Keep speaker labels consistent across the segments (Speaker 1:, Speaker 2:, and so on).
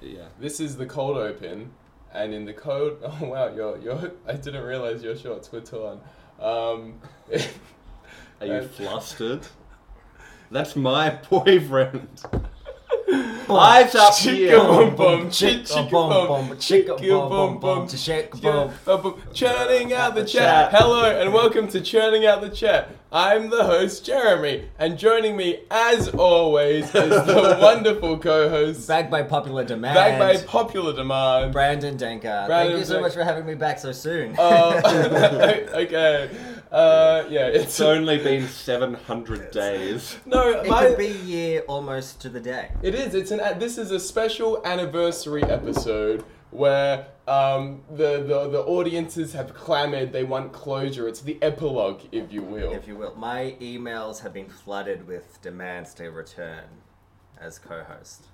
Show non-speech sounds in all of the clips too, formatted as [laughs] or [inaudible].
Speaker 1: Yeah.
Speaker 2: This is the cold open, and in the cold, [laughs] oh wow, your your I didn't realize your shorts were torn. Um, [laughs]
Speaker 1: Are you
Speaker 2: Uh,
Speaker 1: flustered? That's my [laughs]
Speaker 2: [laughs]
Speaker 1: boyfriend. Eyes up here.
Speaker 2: Chicka bum bum, chi-
Speaker 3: Chicka
Speaker 2: chicka
Speaker 3: bum
Speaker 2: bum,
Speaker 3: bum, chicka
Speaker 2: chicka bum
Speaker 3: bum bum,
Speaker 2: bum,
Speaker 3: chicka bum.
Speaker 2: chicka bum bum, oh, churning out the chat. Hello and welcome to churning out the chat. I'm the host Jeremy, and joining me, as always, is the wonderful co-host, back
Speaker 3: Back by popular demand.
Speaker 2: by popular demand.
Speaker 3: Brandon Denker. Thank
Speaker 2: Brandon
Speaker 3: you so
Speaker 2: Denker.
Speaker 3: much for having me back so soon. [laughs]
Speaker 2: Uh, [laughs] okay. Uh, yeah, it's
Speaker 1: It's only been 700 days.
Speaker 2: [laughs] no.
Speaker 3: it
Speaker 2: My,
Speaker 3: could be a year almost to the day.
Speaker 2: it is. It's an. This is a special anniversary episode where um, the, the the audiences have clamored. They want closure. It's the epilogue, if you will.
Speaker 3: If you will, my emails have been flooded with demands to return as co-host,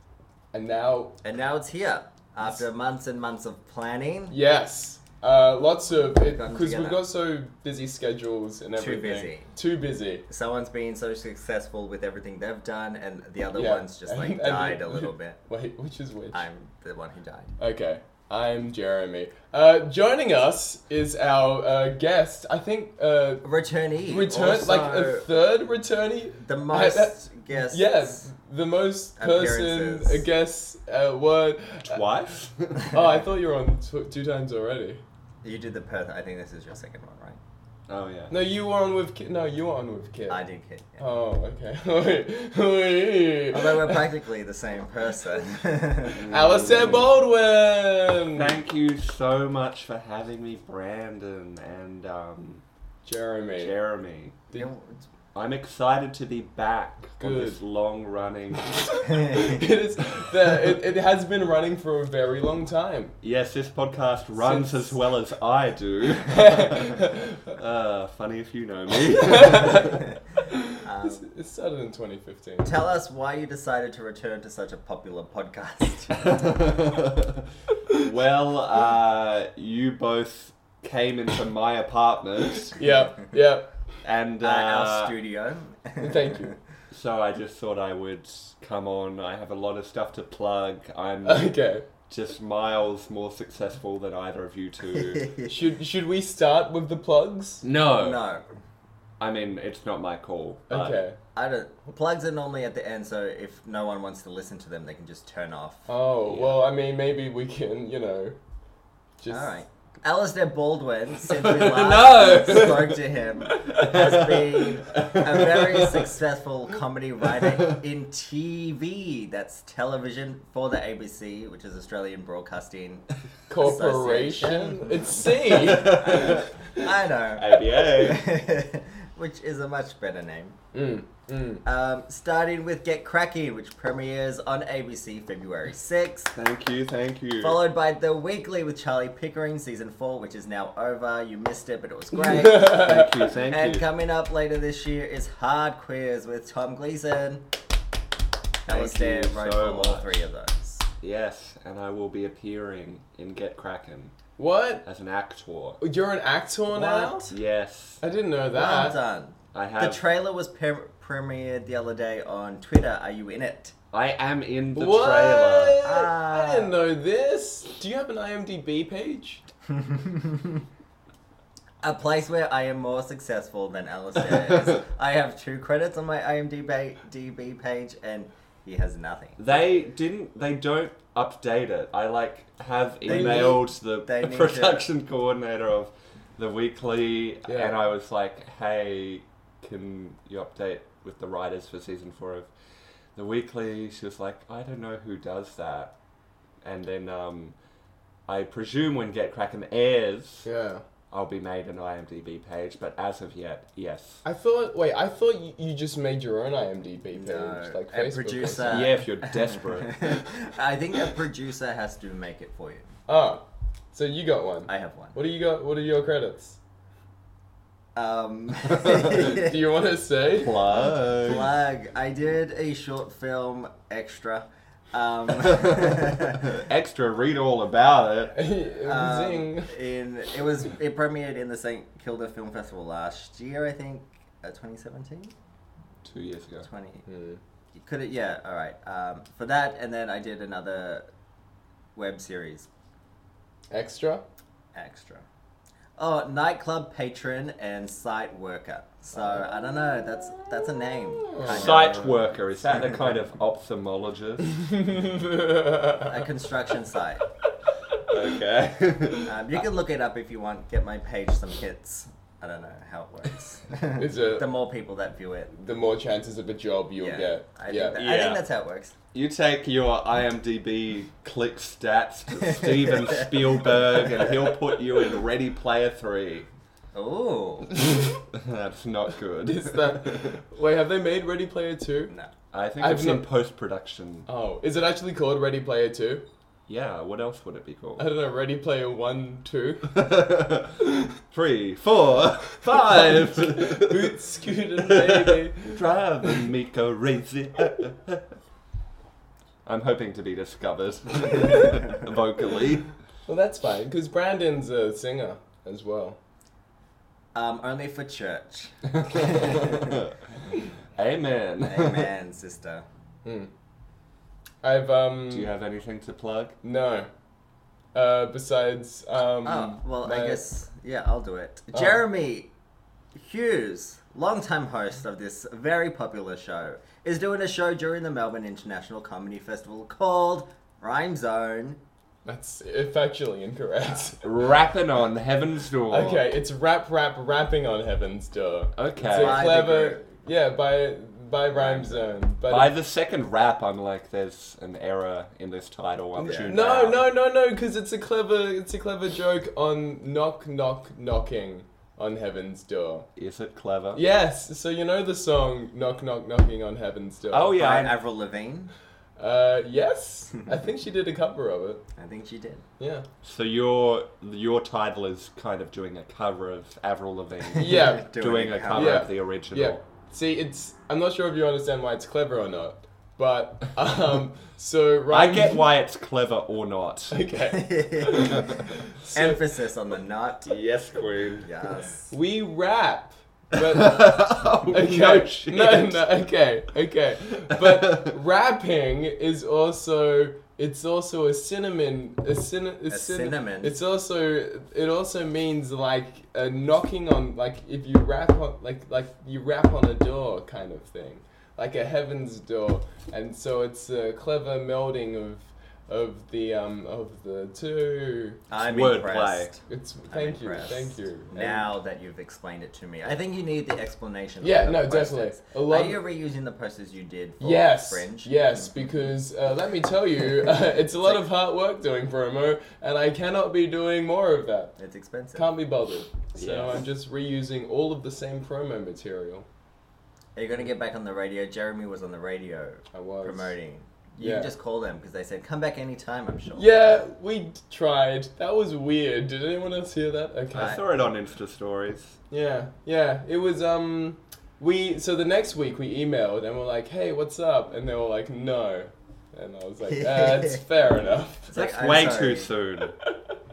Speaker 2: and now,
Speaker 3: and now it's here after months and months of planning.
Speaker 2: yes, uh, lots of
Speaker 3: Gotten
Speaker 2: because
Speaker 3: together.
Speaker 2: we've got so busy schedules and everything.
Speaker 3: busy.
Speaker 2: Too busy.
Speaker 3: Someone's been so successful with everything they've done, and the other
Speaker 2: Yeah.
Speaker 3: one's just like
Speaker 2: [laughs] And- and-
Speaker 3: died a little bit.
Speaker 2: [laughs] Wait, which is which?
Speaker 3: I'm the one who died.
Speaker 2: Okay, I'm Jeremy. Uh, joining us is our uh, guest. I think uh,
Speaker 3: Returnee.
Speaker 2: return
Speaker 3: also
Speaker 2: like a third returnee.
Speaker 3: the
Speaker 2: I- I-
Speaker 3: most guests.
Speaker 2: Yes, the most person
Speaker 3: Appearances.
Speaker 2: I guess uh, word.
Speaker 1: Twice?
Speaker 2: [laughs] Oh, I thought you were on tw- two times already.
Speaker 3: You did the Perth. I think this is your second one, right?
Speaker 1: Oh, yeah.
Speaker 2: No, you were on with Kit. No, you were on with Kit.
Speaker 3: I did kid. Yeah.
Speaker 2: Oh, [laughs] okay.
Speaker 3: Although we're practically the same person.
Speaker 2: [laughs] Alistair Baldwin.
Speaker 1: Thank you so much for having me, Brandon and um,
Speaker 2: Jeremy.
Speaker 1: Jeremy.
Speaker 3: You
Speaker 1: I'm excited to be back on
Speaker 2: Good.
Speaker 1: this long running.
Speaker 3: know-
Speaker 2: [laughs] [laughs] it is. The, it, it has been running for a very long
Speaker 3: [laughs]
Speaker 2: time. [laughs]
Speaker 1: yes, this podcast runs
Speaker 2: Since-
Speaker 1: as well as I do. uh, funny if you know
Speaker 2: [laughs]
Speaker 1: me.
Speaker 2: It's-
Speaker 3: Um,
Speaker 2: it started in 2015.
Speaker 3: Tell us why you decided to return to such a popular
Speaker 2: [laughs]
Speaker 3: podcast.
Speaker 1: well, uh, you both came into my apartment,
Speaker 2: Yep, yep.
Speaker 1: and
Speaker 3: Uh, our
Speaker 1: uh,
Speaker 3: studio.
Speaker 2: Thank
Speaker 3: [laughs]
Speaker 2: you.
Speaker 1: so I just thought I would come on. I have a lot of stuff to plug. I'm
Speaker 2: [laughs] Okay.
Speaker 1: just miles more successful than either of you two.
Speaker 3: [laughs]
Speaker 2: Should should we start with the plugs?
Speaker 1: No,
Speaker 3: no,
Speaker 1: I mean it's not my call. but-
Speaker 2: Okay.
Speaker 3: I don't. Plugs are normally at the end, so if no one wants to listen to them, they can just turn off.
Speaker 2: Oh
Speaker 1: Yeah.
Speaker 2: well, I mean, maybe we can, you know, just.
Speaker 3: All right. Alistair Baldwin, since we
Speaker 1: No.
Speaker 3: last spoke to him, has been a very successful comedy writer in TV. That's television for the ABC, which is Australian Broadcasting.
Speaker 2: Corporation.
Speaker 3: Association.
Speaker 2: It's C.
Speaker 3: I know. [laughs]
Speaker 1: ABA.
Speaker 3: which is a much better name.
Speaker 2: [laughs] mm, mm.
Speaker 3: Um, starting with Get Cracking, which premieres on ABC February 6th.
Speaker 1: Thank you, thank you.
Speaker 3: Followed by The Weekly with Charlie Pickering, season four, which is now over. You missed it, but it was great.
Speaker 2: [laughs]
Speaker 1: Thank you, thank
Speaker 3: [laughs] and
Speaker 1: you.
Speaker 3: coming up later this year is Hard Quiz with Tom Gleason. That was
Speaker 1: Thank
Speaker 3: there
Speaker 1: you
Speaker 3: wrote
Speaker 1: so
Speaker 3: all
Speaker 1: much.
Speaker 3: three of those.
Speaker 1: yes, and I will be appearing in Get Kraken
Speaker 2: What?
Speaker 1: as an actor.
Speaker 2: You're an actor now?
Speaker 3: What?
Speaker 1: Yes,
Speaker 2: I didn't know
Speaker 3: Well
Speaker 2: that.
Speaker 3: done.
Speaker 1: I have.
Speaker 3: The trailer was pre- premiered the other day on Twitter. Are you in it?
Speaker 1: I am in the
Speaker 2: what?
Speaker 1: trailer.
Speaker 3: Ah.
Speaker 2: I didn't know this. Do you have an IMDb page?
Speaker 3: A place where I am more successful than
Speaker 1: [laughs]
Speaker 3: Alistair is. I have two credits on my IMDb DB page, and he has nothing.
Speaker 1: They didn't. They don't update it. I like have
Speaker 3: need-
Speaker 1: emailed
Speaker 3: they
Speaker 1: the
Speaker 3: need to-
Speaker 1: [laughs] production coordinator of the weekly,
Speaker 2: Yeah.
Speaker 1: and I was like, "Hey, can you update with the writers for season four of the weekly?" She was like, "I don't know who does that," and then um, I presume when Get Kraken airs,
Speaker 2: Yeah.
Speaker 1: I'll be made an IMDb page. But as of yet, yes.
Speaker 2: I thought. Wait, I thought you, you just made your own IMDb page,
Speaker 3: No,
Speaker 2: like
Speaker 3: a
Speaker 2: Facebook. or
Speaker 3: producer.
Speaker 2: something.
Speaker 1: yeah, if you're desperate.
Speaker 3: [laughs] I think a producer has to make it for you.
Speaker 2: Oh, so you got one.
Speaker 3: I have one.
Speaker 2: What do you got? What are your credits?
Speaker 3: Um,
Speaker 2: [laughs]
Speaker 1: [laughs]
Speaker 2: Do you want to say? [laughs]
Speaker 1: Plug.
Speaker 3: Plug. I did a short film extra.
Speaker 1: [laughs]
Speaker 3: Um, [laughs]
Speaker 1: Extra, read all about it.
Speaker 3: um,
Speaker 2: Zing.
Speaker 3: in it was it premiered in the St Kilda Film Festival last year, I think, uh, 2017,
Speaker 1: Two years ago.
Speaker 3: 20.
Speaker 2: Mm.
Speaker 3: Could it? Yeah. All right. Um, for that, and then I did another web series. [laughs]
Speaker 2: Extra. [laughs]
Speaker 3: Extra. Oh, nightclub patron and site worker. So I don't know. That's that's a name. kind of.
Speaker 1: Site worker, is that a kind of
Speaker 2: [laughs]
Speaker 1: ophthalmologist?
Speaker 3: A construction site.
Speaker 2: [laughs]
Speaker 1: okay.
Speaker 3: Um, you can look it up if you want. Get my page some hits. I don't know how it
Speaker 2: [laughs]
Speaker 3: works.
Speaker 2: Is it-
Speaker 3: the more people that view it,
Speaker 2: the more chances of a job you'll
Speaker 3: yeah.
Speaker 2: get.
Speaker 3: I,
Speaker 2: yeah.
Speaker 3: Think that, I
Speaker 1: Yeah.
Speaker 3: think that's how it works.
Speaker 1: you take your IMDb click stats to Steven Spielberg and he'll put you in Ready Player 3.
Speaker 3: Ooh.
Speaker 1: [laughs] That's not
Speaker 2: [laughs]
Speaker 1: good.
Speaker 2: Is that-
Speaker 3: [laughs]
Speaker 2: Wait, have they made Ready Player Two?
Speaker 3: No.
Speaker 1: [laughs] I think
Speaker 2: I've
Speaker 1: it's in
Speaker 2: not-
Speaker 1: post production.
Speaker 2: Oh, is it actually called Ready Player Two?
Speaker 1: Yeah, what else would it be
Speaker 2: I
Speaker 1: called?
Speaker 2: don't know. Ready Player One,
Speaker 3: [laughs]
Speaker 2: Two.
Speaker 1: [laughs] Three, four, five.
Speaker 2: Boot scooted baby.
Speaker 1: Driving me crazy. I'm hoping to
Speaker 2: [laughs]
Speaker 1: be discovered vocally.
Speaker 2: Well, that's fine because Brandon's a singer as
Speaker 3: [laughs]
Speaker 2: well.
Speaker 3: Um, only for church.
Speaker 1: Amen.
Speaker 2: [laughs]
Speaker 3: Amen, sister.
Speaker 2: Hmm. I've um.
Speaker 1: Do you have anything to plug?
Speaker 2: No. Uh, besides um.
Speaker 3: Oh, well,
Speaker 2: my-
Speaker 3: I guess, yeah, I'll do it.
Speaker 2: Oh.
Speaker 3: Jeremy Hughes, longtime host of this very popular show, is doing a show during the Melbourne International Comedy Festival called Rhyme Zone.
Speaker 2: that's factually incorrect.
Speaker 1: [laughs] Rapping on Heaven's Door.
Speaker 2: Okay, it's rap rap rapping on Heaven's Door.
Speaker 1: Uh,
Speaker 2: It's a
Speaker 1: Okay.
Speaker 3: By the
Speaker 2: clever,
Speaker 3: group.
Speaker 2: yeah, by by Rhyme Zone. But
Speaker 1: By the second rap, I'm like, there's an error in this title. I'm tuned
Speaker 2: no,
Speaker 1: out.
Speaker 2: no, no, no, because it's a clever, it's a clever joke on knock knock knocking on Heaven's Door.
Speaker 1: Is it clever?
Speaker 2: Yes, so you know the song knock knock knocking on Heaven's Door.
Speaker 1: Oh, yeah.
Speaker 3: By
Speaker 1: I-
Speaker 3: Avril Lavigne.
Speaker 2: Uh, yes, I think she did a cover of it.
Speaker 3: I think she did.
Speaker 2: Yeah.
Speaker 1: So your your title is kind of doing a cover of
Speaker 2: [laughs]
Speaker 1: Avril Lavigne.
Speaker 3: [laughs]
Speaker 2: Yeah.
Speaker 1: Doing a cover
Speaker 2: Yeah.
Speaker 1: of the original.
Speaker 2: Yeah. See, it's I'm not sure if you understand why it's clever or not, but um, so
Speaker 1: I
Speaker 2: Rhyme.
Speaker 1: get why it's clever
Speaker 2: [laughs]
Speaker 1: or not.
Speaker 3: [laughs]
Speaker 2: Okay. So-
Speaker 3: Emphasis on the not.
Speaker 1: yes, Queen. [laughs]
Speaker 3: Yes.
Speaker 2: We rap.
Speaker 3: [laughs]
Speaker 2: But
Speaker 1: oh,
Speaker 2: [laughs] okay.
Speaker 1: No shit.
Speaker 2: No, no, okay, okay.
Speaker 3: [laughs]
Speaker 2: But rapping is also it's also a cinnamon a, cin- a, cin-
Speaker 3: cinnamon.
Speaker 2: It's also it also means like a knocking on like if you rap on like like you rap on a door kind of thing. Like a heaven's door. And so it's a clever melding of of the um of the two.
Speaker 3: I'm
Speaker 1: Wordplay.
Speaker 3: impressed.
Speaker 2: It's
Speaker 3: I'm
Speaker 2: thank you,
Speaker 3: impressed.
Speaker 2: thank you. And-
Speaker 3: Now that you've explained it to me, I think you need the explanation.
Speaker 2: Yeah,
Speaker 3: for the
Speaker 2: no, definitely.
Speaker 3: posters.
Speaker 2: A lot-
Speaker 3: Are you reusing the posters you did for
Speaker 2: Yes,
Speaker 3: Fringe? Hmm.
Speaker 2: yes, because uh, let me tell you, [laughs] uh, it's a lot of hard work doing promo, and I cannot be doing more of that.
Speaker 3: Mm-hmm. It's expensive.
Speaker 2: Can't be bothered. So
Speaker 1: Yeah.
Speaker 2: I'm just reusing all of the same promo material.
Speaker 3: Are you going to get back on the radio? Jeremy was on the radio
Speaker 2: I was
Speaker 3: promoting. You
Speaker 2: Yeah.
Speaker 3: can just call them because they said, come back anytime, I'm sure.
Speaker 2: Yeah, we d- tried. That was weird. Did anyone else hear that? Okay.
Speaker 1: I saw it on Insta stories.
Speaker 2: Yeah, yeah. It was um, we. So the next week we emailed and we're like, hey, what's up? And they were like, no. And I was like, that's fair enough. [laughs]
Speaker 3: It's like,
Speaker 1: That's
Speaker 3: I'm
Speaker 1: way
Speaker 3: sorry.
Speaker 1: too soon.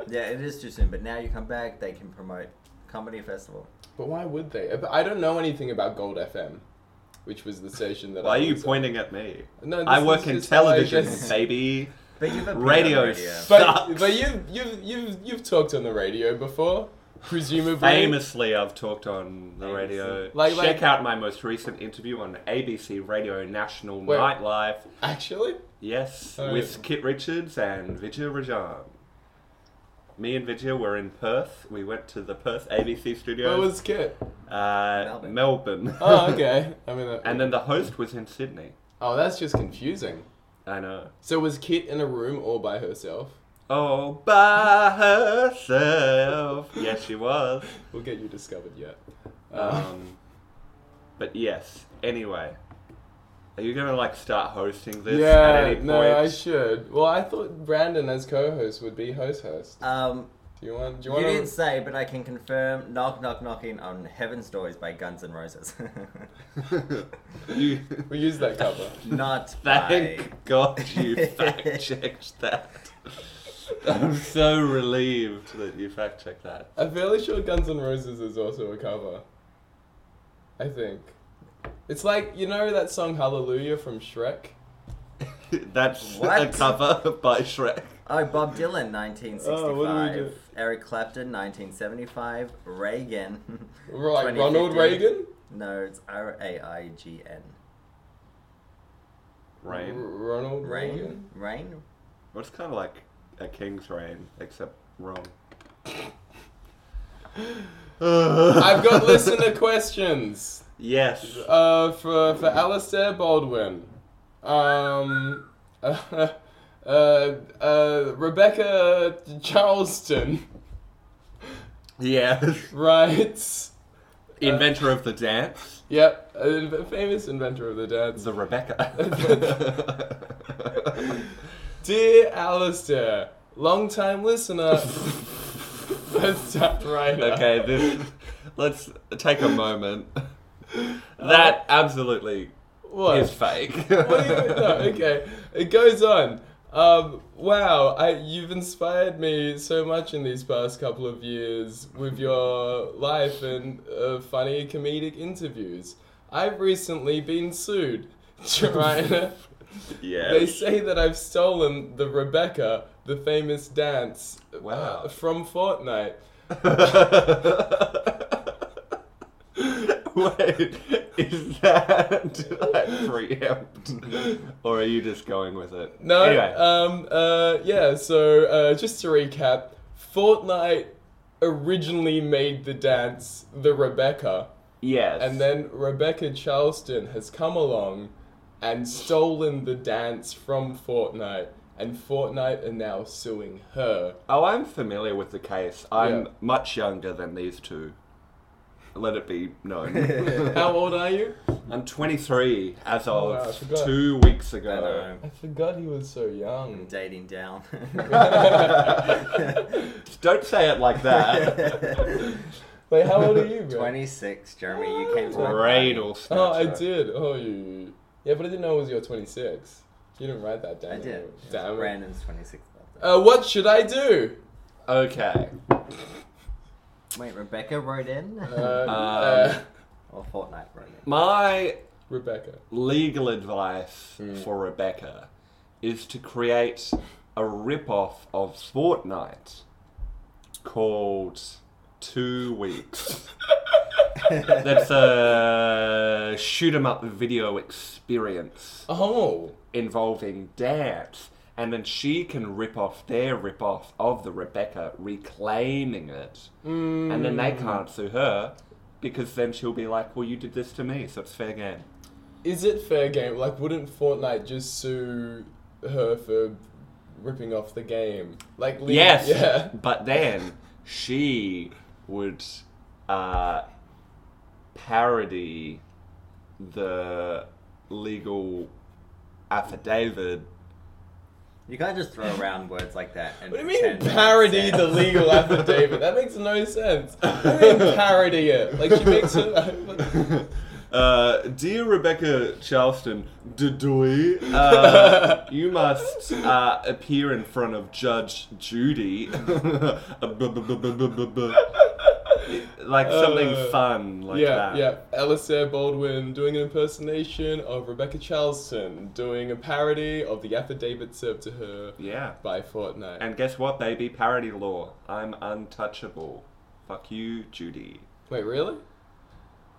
Speaker 3: Yeah, it is too soon, but now you come back, they can promote Comedy Festival.
Speaker 2: But why would they? But I don't know anything about Gold FM, which was the station that.
Speaker 1: Why
Speaker 2: I
Speaker 1: are you
Speaker 2: was at.
Speaker 1: pointing at me?
Speaker 2: No, this
Speaker 1: I
Speaker 2: is
Speaker 1: work in
Speaker 2: just how I
Speaker 1: television,
Speaker 2: guess-
Speaker 1: baby.
Speaker 3: But you've appeared on
Speaker 1: Radio
Speaker 3: radio.
Speaker 1: sucks.
Speaker 2: [laughs] But, but you've you've you've you've talked on the radio before, presumably.
Speaker 1: Famously, I've talked on the radio.
Speaker 2: Like-
Speaker 1: Check
Speaker 2: like-
Speaker 1: out my most recent interview on ABC Radio National
Speaker 2: Wait.
Speaker 1: Nightlive.
Speaker 2: Actually,
Speaker 1: Yes,
Speaker 2: Oh,
Speaker 1: with
Speaker 2: yeah.
Speaker 1: Kit Richards and Vijay Rajan. Me and Vijay were in Perth. We went to the Perth ABC
Speaker 2: where
Speaker 1: studios.
Speaker 2: was Kit?
Speaker 1: uh,
Speaker 3: Melbourne.
Speaker 1: Melbourne.
Speaker 2: [laughs] Oh, okay. I mean,
Speaker 1: [laughs] and then the host was in Sydney.
Speaker 2: oh, that's just confusing.
Speaker 1: I know.
Speaker 2: So was Kit in a room all by herself?
Speaker 1: All by herself. yes,
Speaker 2: [laughs]
Speaker 1: she was.
Speaker 2: We'll get you discovered yet. Um,
Speaker 1: Um, but yes. Anyway, are you gonna like start hosting this at
Speaker 2: yeah,
Speaker 1: any point?
Speaker 2: no, I should. Well, I thought Brandon as co-host would be host host.
Speaker 3: Um,
Speaker 2: Do you want? Do you
Speaker 3: you
Speaker 2: want?
Speaker 3: didn't
Speaker 2: to...
Speaker 3: say, but I can confirm Knock Knock Knocking on Heaven's Doors by Guns N' Roses.
Speaker 1: [laughs] you,
Speaker 2: We use that cover.
Speaker 3: Not
Speaker 1: [laughs]
Speaker 3: by...
Speaker 1: thank
Speaker 3: [laughs]
Speaker 1: God you fact checked that.
Speaker 3: [laughs]
Speaker 1: I'm so relieved that you fact checked that.
Speaker 2: I'm fairly sure Guns N' Roses is also a cover. I think. It's like, you know that song Hallelujah from Shrek?
Speaker 1: That's a
Speaker 3: What?
Speaker 1: cover by Shrek.
Speaker 3: Oh, Bob Dylan, 1965.
Speaker 2: Oh, what do we do?
Speaker 3: Eric Clapton, 1975. Reagan.
Speaker 2: [laughs] We're like Ronald
Speaker 3: 2015.
Speaker 2: Reagan?
Speaker 3: No, it's R A I G N.
Speaker 2: R-
Speaker 1: Rain.
Speaker 2: Ronald
Speaker 3: Rain?
Speaker 2: Reagan?
Speaker 3: Rain?
Speaker 1: Well, it's kind of like a king's reign, except wrong.
Speaker 2: [laughs] I've got listener questions
Speaker 1: [laughs] Yes.
Speaker 2: uh, for, for Alistair Baldwin. Um, [laughs] uh, uh, uh, Rebecca Charleston [laughs]
Speaker 1: Yes.
Speaker 2: writes.
Speaker 1: Inventor of the dance,
Speaker 2: Yep, a famous inventor of the dance. [laughs]
Speaker 1: the [laughs] Rebecca.
Speaker 2: Dear Alistair, long time
Speaker 1: [laughs]
Speaker 2: listener, first time writer.
Speaker 1: okay, this. Let's take a moment. That absolutely
Speaker 2: What?
Speaker 1: is fake.
Speaker 2: [laughs] What do you mean? No, okay. It goes on. Um, wow, I, you've inspired me so much in these past couple of years with your life and uh, funny comedic interviews. I've recently been sued, [laughs] China. They
Speaker 1: Yes.
Speaker 2: say that I've stolen the Rebecca, the famous dance, uh,
Speaker 1: Wow.
Speaker 2: from Fortnite.
Speaker 1: [laughs] Wait, is that did I preempt, or are you just going with it?
Speaker 2: No,
Speaker 1: Anyway,
Speaker 2: um, uh, yeah, so uh, just to recap, Fortnite originally made the dance the Rebecca,
Speaker 1: yes.
Speaker 2: and then Rebecca Charleston has come along and stolen the dance from Fortnite, and Fortnite are now suing [laughs] her.
Speaker 1: oh, I'm familiar with the case. I'm
Speaker 2: Yeah.
Speaker 1: much younger than these two. Let it be known.
Speaker 2: [laughs] How old are you?
Speaker 1: I'm 23 as
Speaker 2: Oh, wow, I
Speaker 1: of
Speaker 2: forgot.
Speaker 1: two weeks
Speaker 3: I don't
Speaker 1: ago.
Speaker 3: know.
Speaker 2: I forgot he was so young. [laughs]
Speaker 3: Dating down.
Speaker 1: [laughs] Don't say it like that.
Speaker 2: [laughs]
Speaker 3: [laughs]
Speaker 2: Wait, how old are you, bro?
Speaker 3: 26, Jeremy,
Speaker 2: Ah.
Speaker 3: you came to my
Speaker 1: Cradle snatcher.
Speaker 2: Oh, I did. Oh, you. Yeah, but I didn't know it was your 26. You didn't write that down.
Speaker 3: party. I did.
Speaker 2: Damn it.
Speaker 3: Brandon's 26th birthday.
Speaker 2: Uh, what should I do?
Speaker 1: Okay.
Speaker 3: Wait, Rebecca wrote in?
Speaker 2: Uh,
Speaker 1: Um,
Speaker 2: uh,
Speaker 3: [laughs] or Fortnite wrote in?
Speaker 1: My
Speaker 2: Rebecca.
Speaker 1: legal advice
Speaker 2: Hmm.
Speaker 1: for Rebecca is to create a rip-off of Fortnite called
Speaker 2: [laughs]
Speaker 1: Two Weeks. That's a shoot 'em up video experience
Speaker 2: Oh,
Speaker 1: involving dance, and then she can rip off their rip off of the Rebecca, reclaiming it, and then they
Speaker 2: Mm.
Speaker 1: can't sue her because then she'll be like, "Well, you did this to me, so it's fair game."
Speaker 2: is it fair game? Like, wouldn't Fortnite just sue her for ripping off the game? Like, le-
Speaker 1: Yes,
Speaker 2: yeah.
Speaker 1: but then she would uh, parody the legal affidavit.
Speaker 3: You can't just throw around words like that. And
Speaker 2: What do you mean
Speaker 3: pretend
Speaker 2: parody
Speaker 3: it's
Speaker 2: the
Speaker 3: there.
Speaker 2: legal affidavit? That makes no sense. What do you mean parody it? Like she makes it.
Speaker 1: [laughs] Uh, dear Rebecca Charleston, Dudoy,
Speaker 2: [laughs]
Speaker 1: uh, you must uh, appear in front of Judge Judy. [laughs] like something
Speaker 2: Uh,
Speaker 1: fun like
Speaker 2: yeah,
Speaker 1: that.
Speaker 2: yeah. Alistair Baldwin doing an impersonation of Rebecca Charleston, doing a parody of the affidavit served to her
Speaker 1: Yeah.
Speaker 2: by Fortnite.
Speaker 1: And guess what, baby? Parody law. I'm untouchable. Fuck you, Judy.
Speaker 2: Wait, really?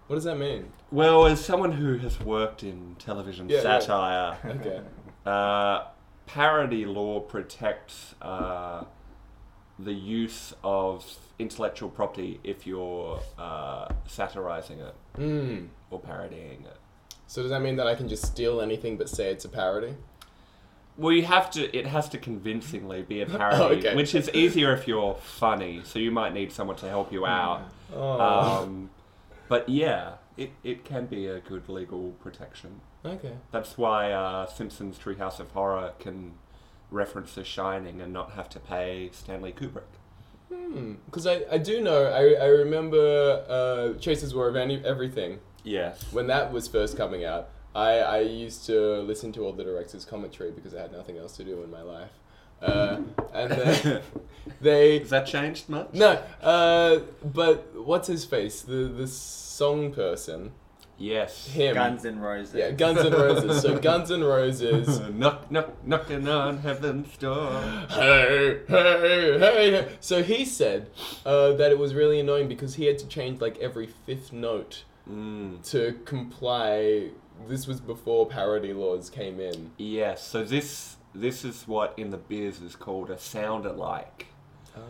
Speaker 2: What does that mean?
Speaker 1: Well, as someone who has worked in television
Speaker 2: Yeah, yeah.
Speaker 1: satire,
Speaker 2: Okay.
Speaker 1: Uh, parody law protects uh, the use of intellectual property if you're uh, satirizing it
Speaker 2: Hmm.
Speaker 1: or parodying it.
Speaker 2: So does that mean that I can just steal anything but say it's a parody?
Speaker 1: Well, you have to. It has to convincingly
Speaker 2: [laughs]
Speaker 1: be a parody,
Speaker 2: okay.
Speaker 1: which is easier if you're funny. So you might need someone to help you out.
Speaker 2: Oh.
Speaker 1: Um, but yeah, it, it can be a good legal protection.
Speaker 2: okay.
Speaker 1: That's why uh, Simpsons Treehouse of Horror can reference The Shining and not have to pay Stanley Kubrick.
Speaker 2: Because Hmm. I, I do know, I, I remember uh, Chases War of Any- Everything.
Speaker 1: Yes. [laughs]
Speaker 2: When that was first coming out, I, I used to listen to all the director's commentary because I had nothing else to do in my life. Uh, and
Speaker 1: [laughs]
Speaker 2: then they.
Speaker 1: Has that changed much?
Speaker 2: No, uh, but what's his face? The, the song person.
Speaker 1: Yes.
Speaker 2: Him.
Speaker 3: [laughs] Guns and Roses.
Speaker 2: yeah, Guns N' Roses. So Guns N' Roses.
Speaker 1: knock, knock, knocking on heaven's door.
Speaker 2: hey, hey, hey. So he said uh, that it was really annoying because he had to change like every fifth note
Speaker 1: Mm.
Speaker 2: to comply. This was before parody laws came in.
Speaker 1: Yes. So this this is what in the biz is called a sound alike,
Speaker 2: Ah.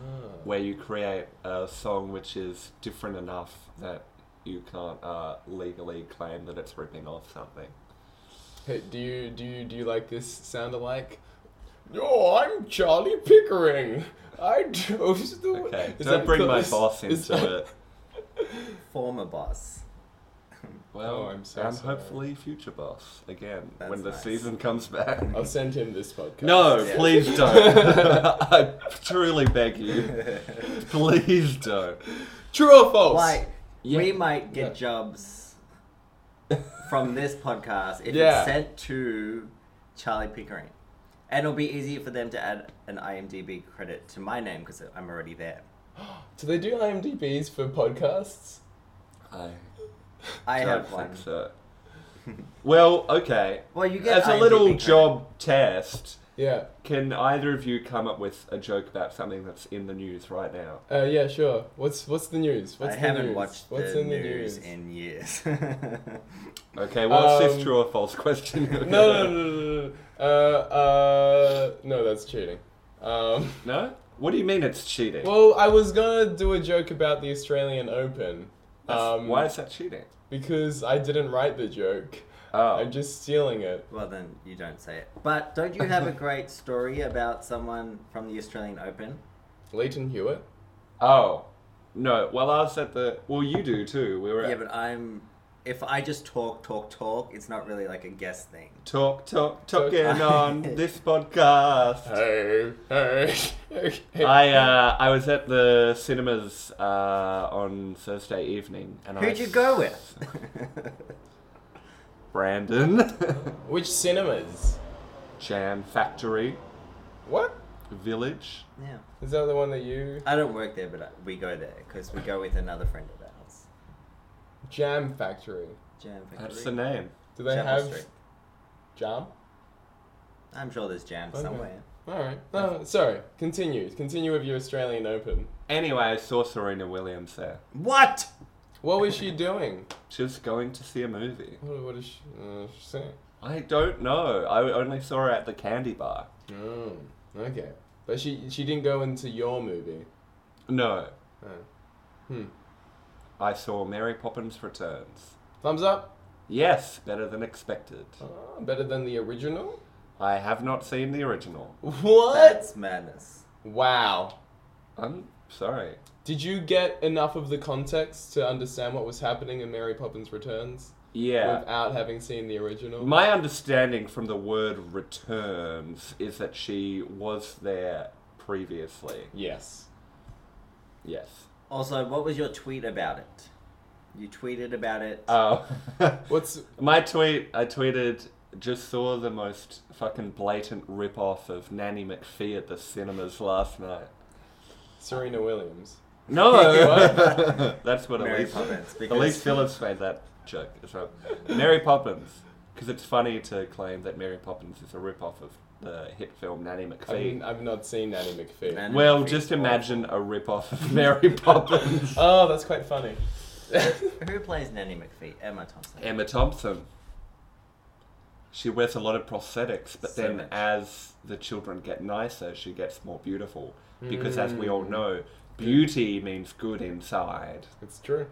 Speaker 1: where you create a song which is different enough that you can't uh, legally claim that it's ripping off something.
Speaker 2: Hey, do you do you do you like this sound alike? No, I'm Charlie Pickering. I chose the.
Speaker 1: Okay.
Speaker 2: [laughs] Is
Speaker 1: Don't
Speaker 2: that
Speaker 1: bring my
Speaker 2: close?
Speaker 1: boss
Speaker 2: Is
Speaker 1: into
Speaker 2: that-
Speaker 1: it.
Speaker 3: Former
Speaker 2: [laughs]
Speaker 3: boss.
Speaker 1: Well,
Speaker 2: Oh, I'm so
Speaker 1: and
Speaker 2: sorry.
Speaker 1: hopefully future boss again
Speaker 3: That's
Speaker 1: when the
Speaker 3: nice.
Speaker 1: season comes back.
Speaker 2: I'll send him this podcast.
Speaker 1: No,
Speaker 3: Yeah.
Speaker 1: please
Speaker 3: [laughs]
Speaker 1: don't. I truly beg you, please don't.
Speaker 2: True or false?
Speaker 3: like, we
Speaker 1: Yeah.
Speaker 3: might get
Speaker 2: Yeah. [laughs]
Speaker 3: jobs from this podcast if
Speaker 2: Yeah.
Speaker 3: it's sent to Charlie Pickering. And it'll be easy for them to add an IMDb credit to my name because I'm already there.
Speaker 2: Do they do IMDb's for podcasts?
Speaker 1: I
Speaker 3: I
Speaker 1: don't
Speaker 3: have
Speaker 1: think
Speaker 3: one.
Speaker 1: so. Well, okay.
Speaker 3: Well, you get
Speaker 1: As a
Speaker 3: IMDb
Speaker 1: little
Speaker 3: credit.
Speaker 1: job test,
Speaker 2: Yeah.
Speaker 1: can either of you come up with a joke about something that's in the news right now?
Speaker 2: Uh, yeah, sure. What's what's the news? What's
Speaker 3: I
Speaker 2: the
Speaker 3: haven't
Speaker 2: news?
Speaker 3: watched
Speaker 2: what's
Speaker 3: the,
Speaker 2: in the
Speaker 3: news,
Speaker 2: news?
Speaker 3: in years. [laughs]
Speaker 1: Okay, what's
Speaker 2: Um,
Speaker 1: this true or false question? [laughs]
Speaker 2: no, no, no, no, no. no. Uh, uh, no, that's cheating. Um, [laughs]
Speaker 1: No? What do you mean it's cheating?
Speaker 2: well, I was gonna do a joke about the Australian Open.
Speaker 1: That's-
Speaker 2: Um,
Speaker 1: why is that cheating?
Speaker 2: Because I didn't write the joke.
Speaker 1: Oh,
Speaker 2: I'm just stealing it.
Speaker 3: well, then you don't say it. But don't you have a great story about someone from the Australian Open?
Speaker 2: Leighton Hewitt.
Speaker 1: oh, no. Well, I was at the. Well, you do too. We were at
Speaker 3: Yeah, but I'm. If I just talk, talk, talk, it's not really like a guest thing.
Speaker 1: talk, talk, talking
Speaker 2: Talk.
Speaker 3: [laughs]
Speaker 1: on this podcast.
Speaker 3: Uh,
Speaker 2: Hey, hey, [laughs] hey.
Speaker 1: I uh, I was at the cinemas uh, on Thursday evening, and I
Speaker 3: Who'd you go with?
Speaker 1: [laughs] Brandon, [laughs]
Speaker 2: Which cinemas?
Speaker 1: Jam Factory
Speaker 2: What?
Speaker 1: Village.
Speaker 3: yeah.
Speaker 2: Is that the one that you
Speaker 3: I don't work there, but I, we go there because we go with another friend of ours.
Speaker 2: Jam Factory?
Speaker 3: Jam Factory.
Speaker 1: That's the name.
Speaker 2: Do they
Speaker 3: Chapel
Speaker 2: have
Speaker 3: Street.
Speaker 2: jam?
Speaker 3: I'm sure there's jam
Speaker 2: Okay.
Speaker 3: somewhere.
Speaker 2: All right. No, sorry. Continue. Continue with your Australian Open.
Speaker 1: Anyway, I saw Serena Williams there.
Speaker 3: What?
Speaker 2: What was she doing?
Speaker 1: She was going to see a movie.
Speaker 2: What, what is she, uh, she saying?
Speaker 1: I don't know. I only saw her at the candy bar.
Speaker 2: Oh, okay. But she she didn't go into your movie.
Speaker 1: No,
Speaker 2: Oh. Hmm.
Speaker 1: I saw Mary Poppins Returns.
Speaker 2: Thumbs up.
Speaker 1: Yes, better than expected.
Speaker 2: Oh, better than the original.
Speaker 1: I have not seen the original.
Speaker 2: What?
Speaker 3: That's madness.
Speaker 2: Wow.
Speaker 1: I'm sorry.
Speaker 2: Did you get enough of the context to understand what was happening in Mary Poppins Returns
Speaker 1: Yeah.
Speaker 2: without having seen the original?
Speaker 1: My understanding from the word returns is that she was there previously.
Speaker 2: yes.
Speaker 1: Yes.
Speaker 3: Also, what was your tweet about it? You tweeted about it.
Speaker 2: Uh,
Speaker 1: [laughs] Oh.
Speaker 2: What's
Speaker 1: My tweet, I tweeted, just saw the most fucking blatant rip off of Nanny McPhee at the cinemas last [laughs] night.
Speaker 2: Serena [laughs] Williams?
Speaker 1: No! That's what
Speaker 3: Mary
Speaker 1: Elise,
Speaker 3: Poppins, because-
Speaker 1: Elise Phillips made that joke as well. Mary Poppins. Because it's funny to claim that Mary Poppins is a rip off of the hit film Nanny McPhee.
Speaker 2: I mean, I've not seen Nanny McPhee.
Speaker 3: Nanny
Speaker 1: Well,
Speaker 3: McPhee's
Speaker 1: just
Speaker 3: awful.
Speaker 1: imagine a rip-off of Mary Poppins.
Speaker 2: Oh, that's quite funny.
Speaker 3: Who plays Nanny McPhee? Emma Thompson.
Speaker 1: Emma Thompson. She wears a lot of prosthetics, but
Speaker 3: So
Speaker 1: then
Speaker 3: much.
Speaker 1: as the children get nicer, she gets more beautiful. Because as we all
Speaker 3: Mm.
Speaker 1: know, beauty means good inside.
Speaker 2: it's true.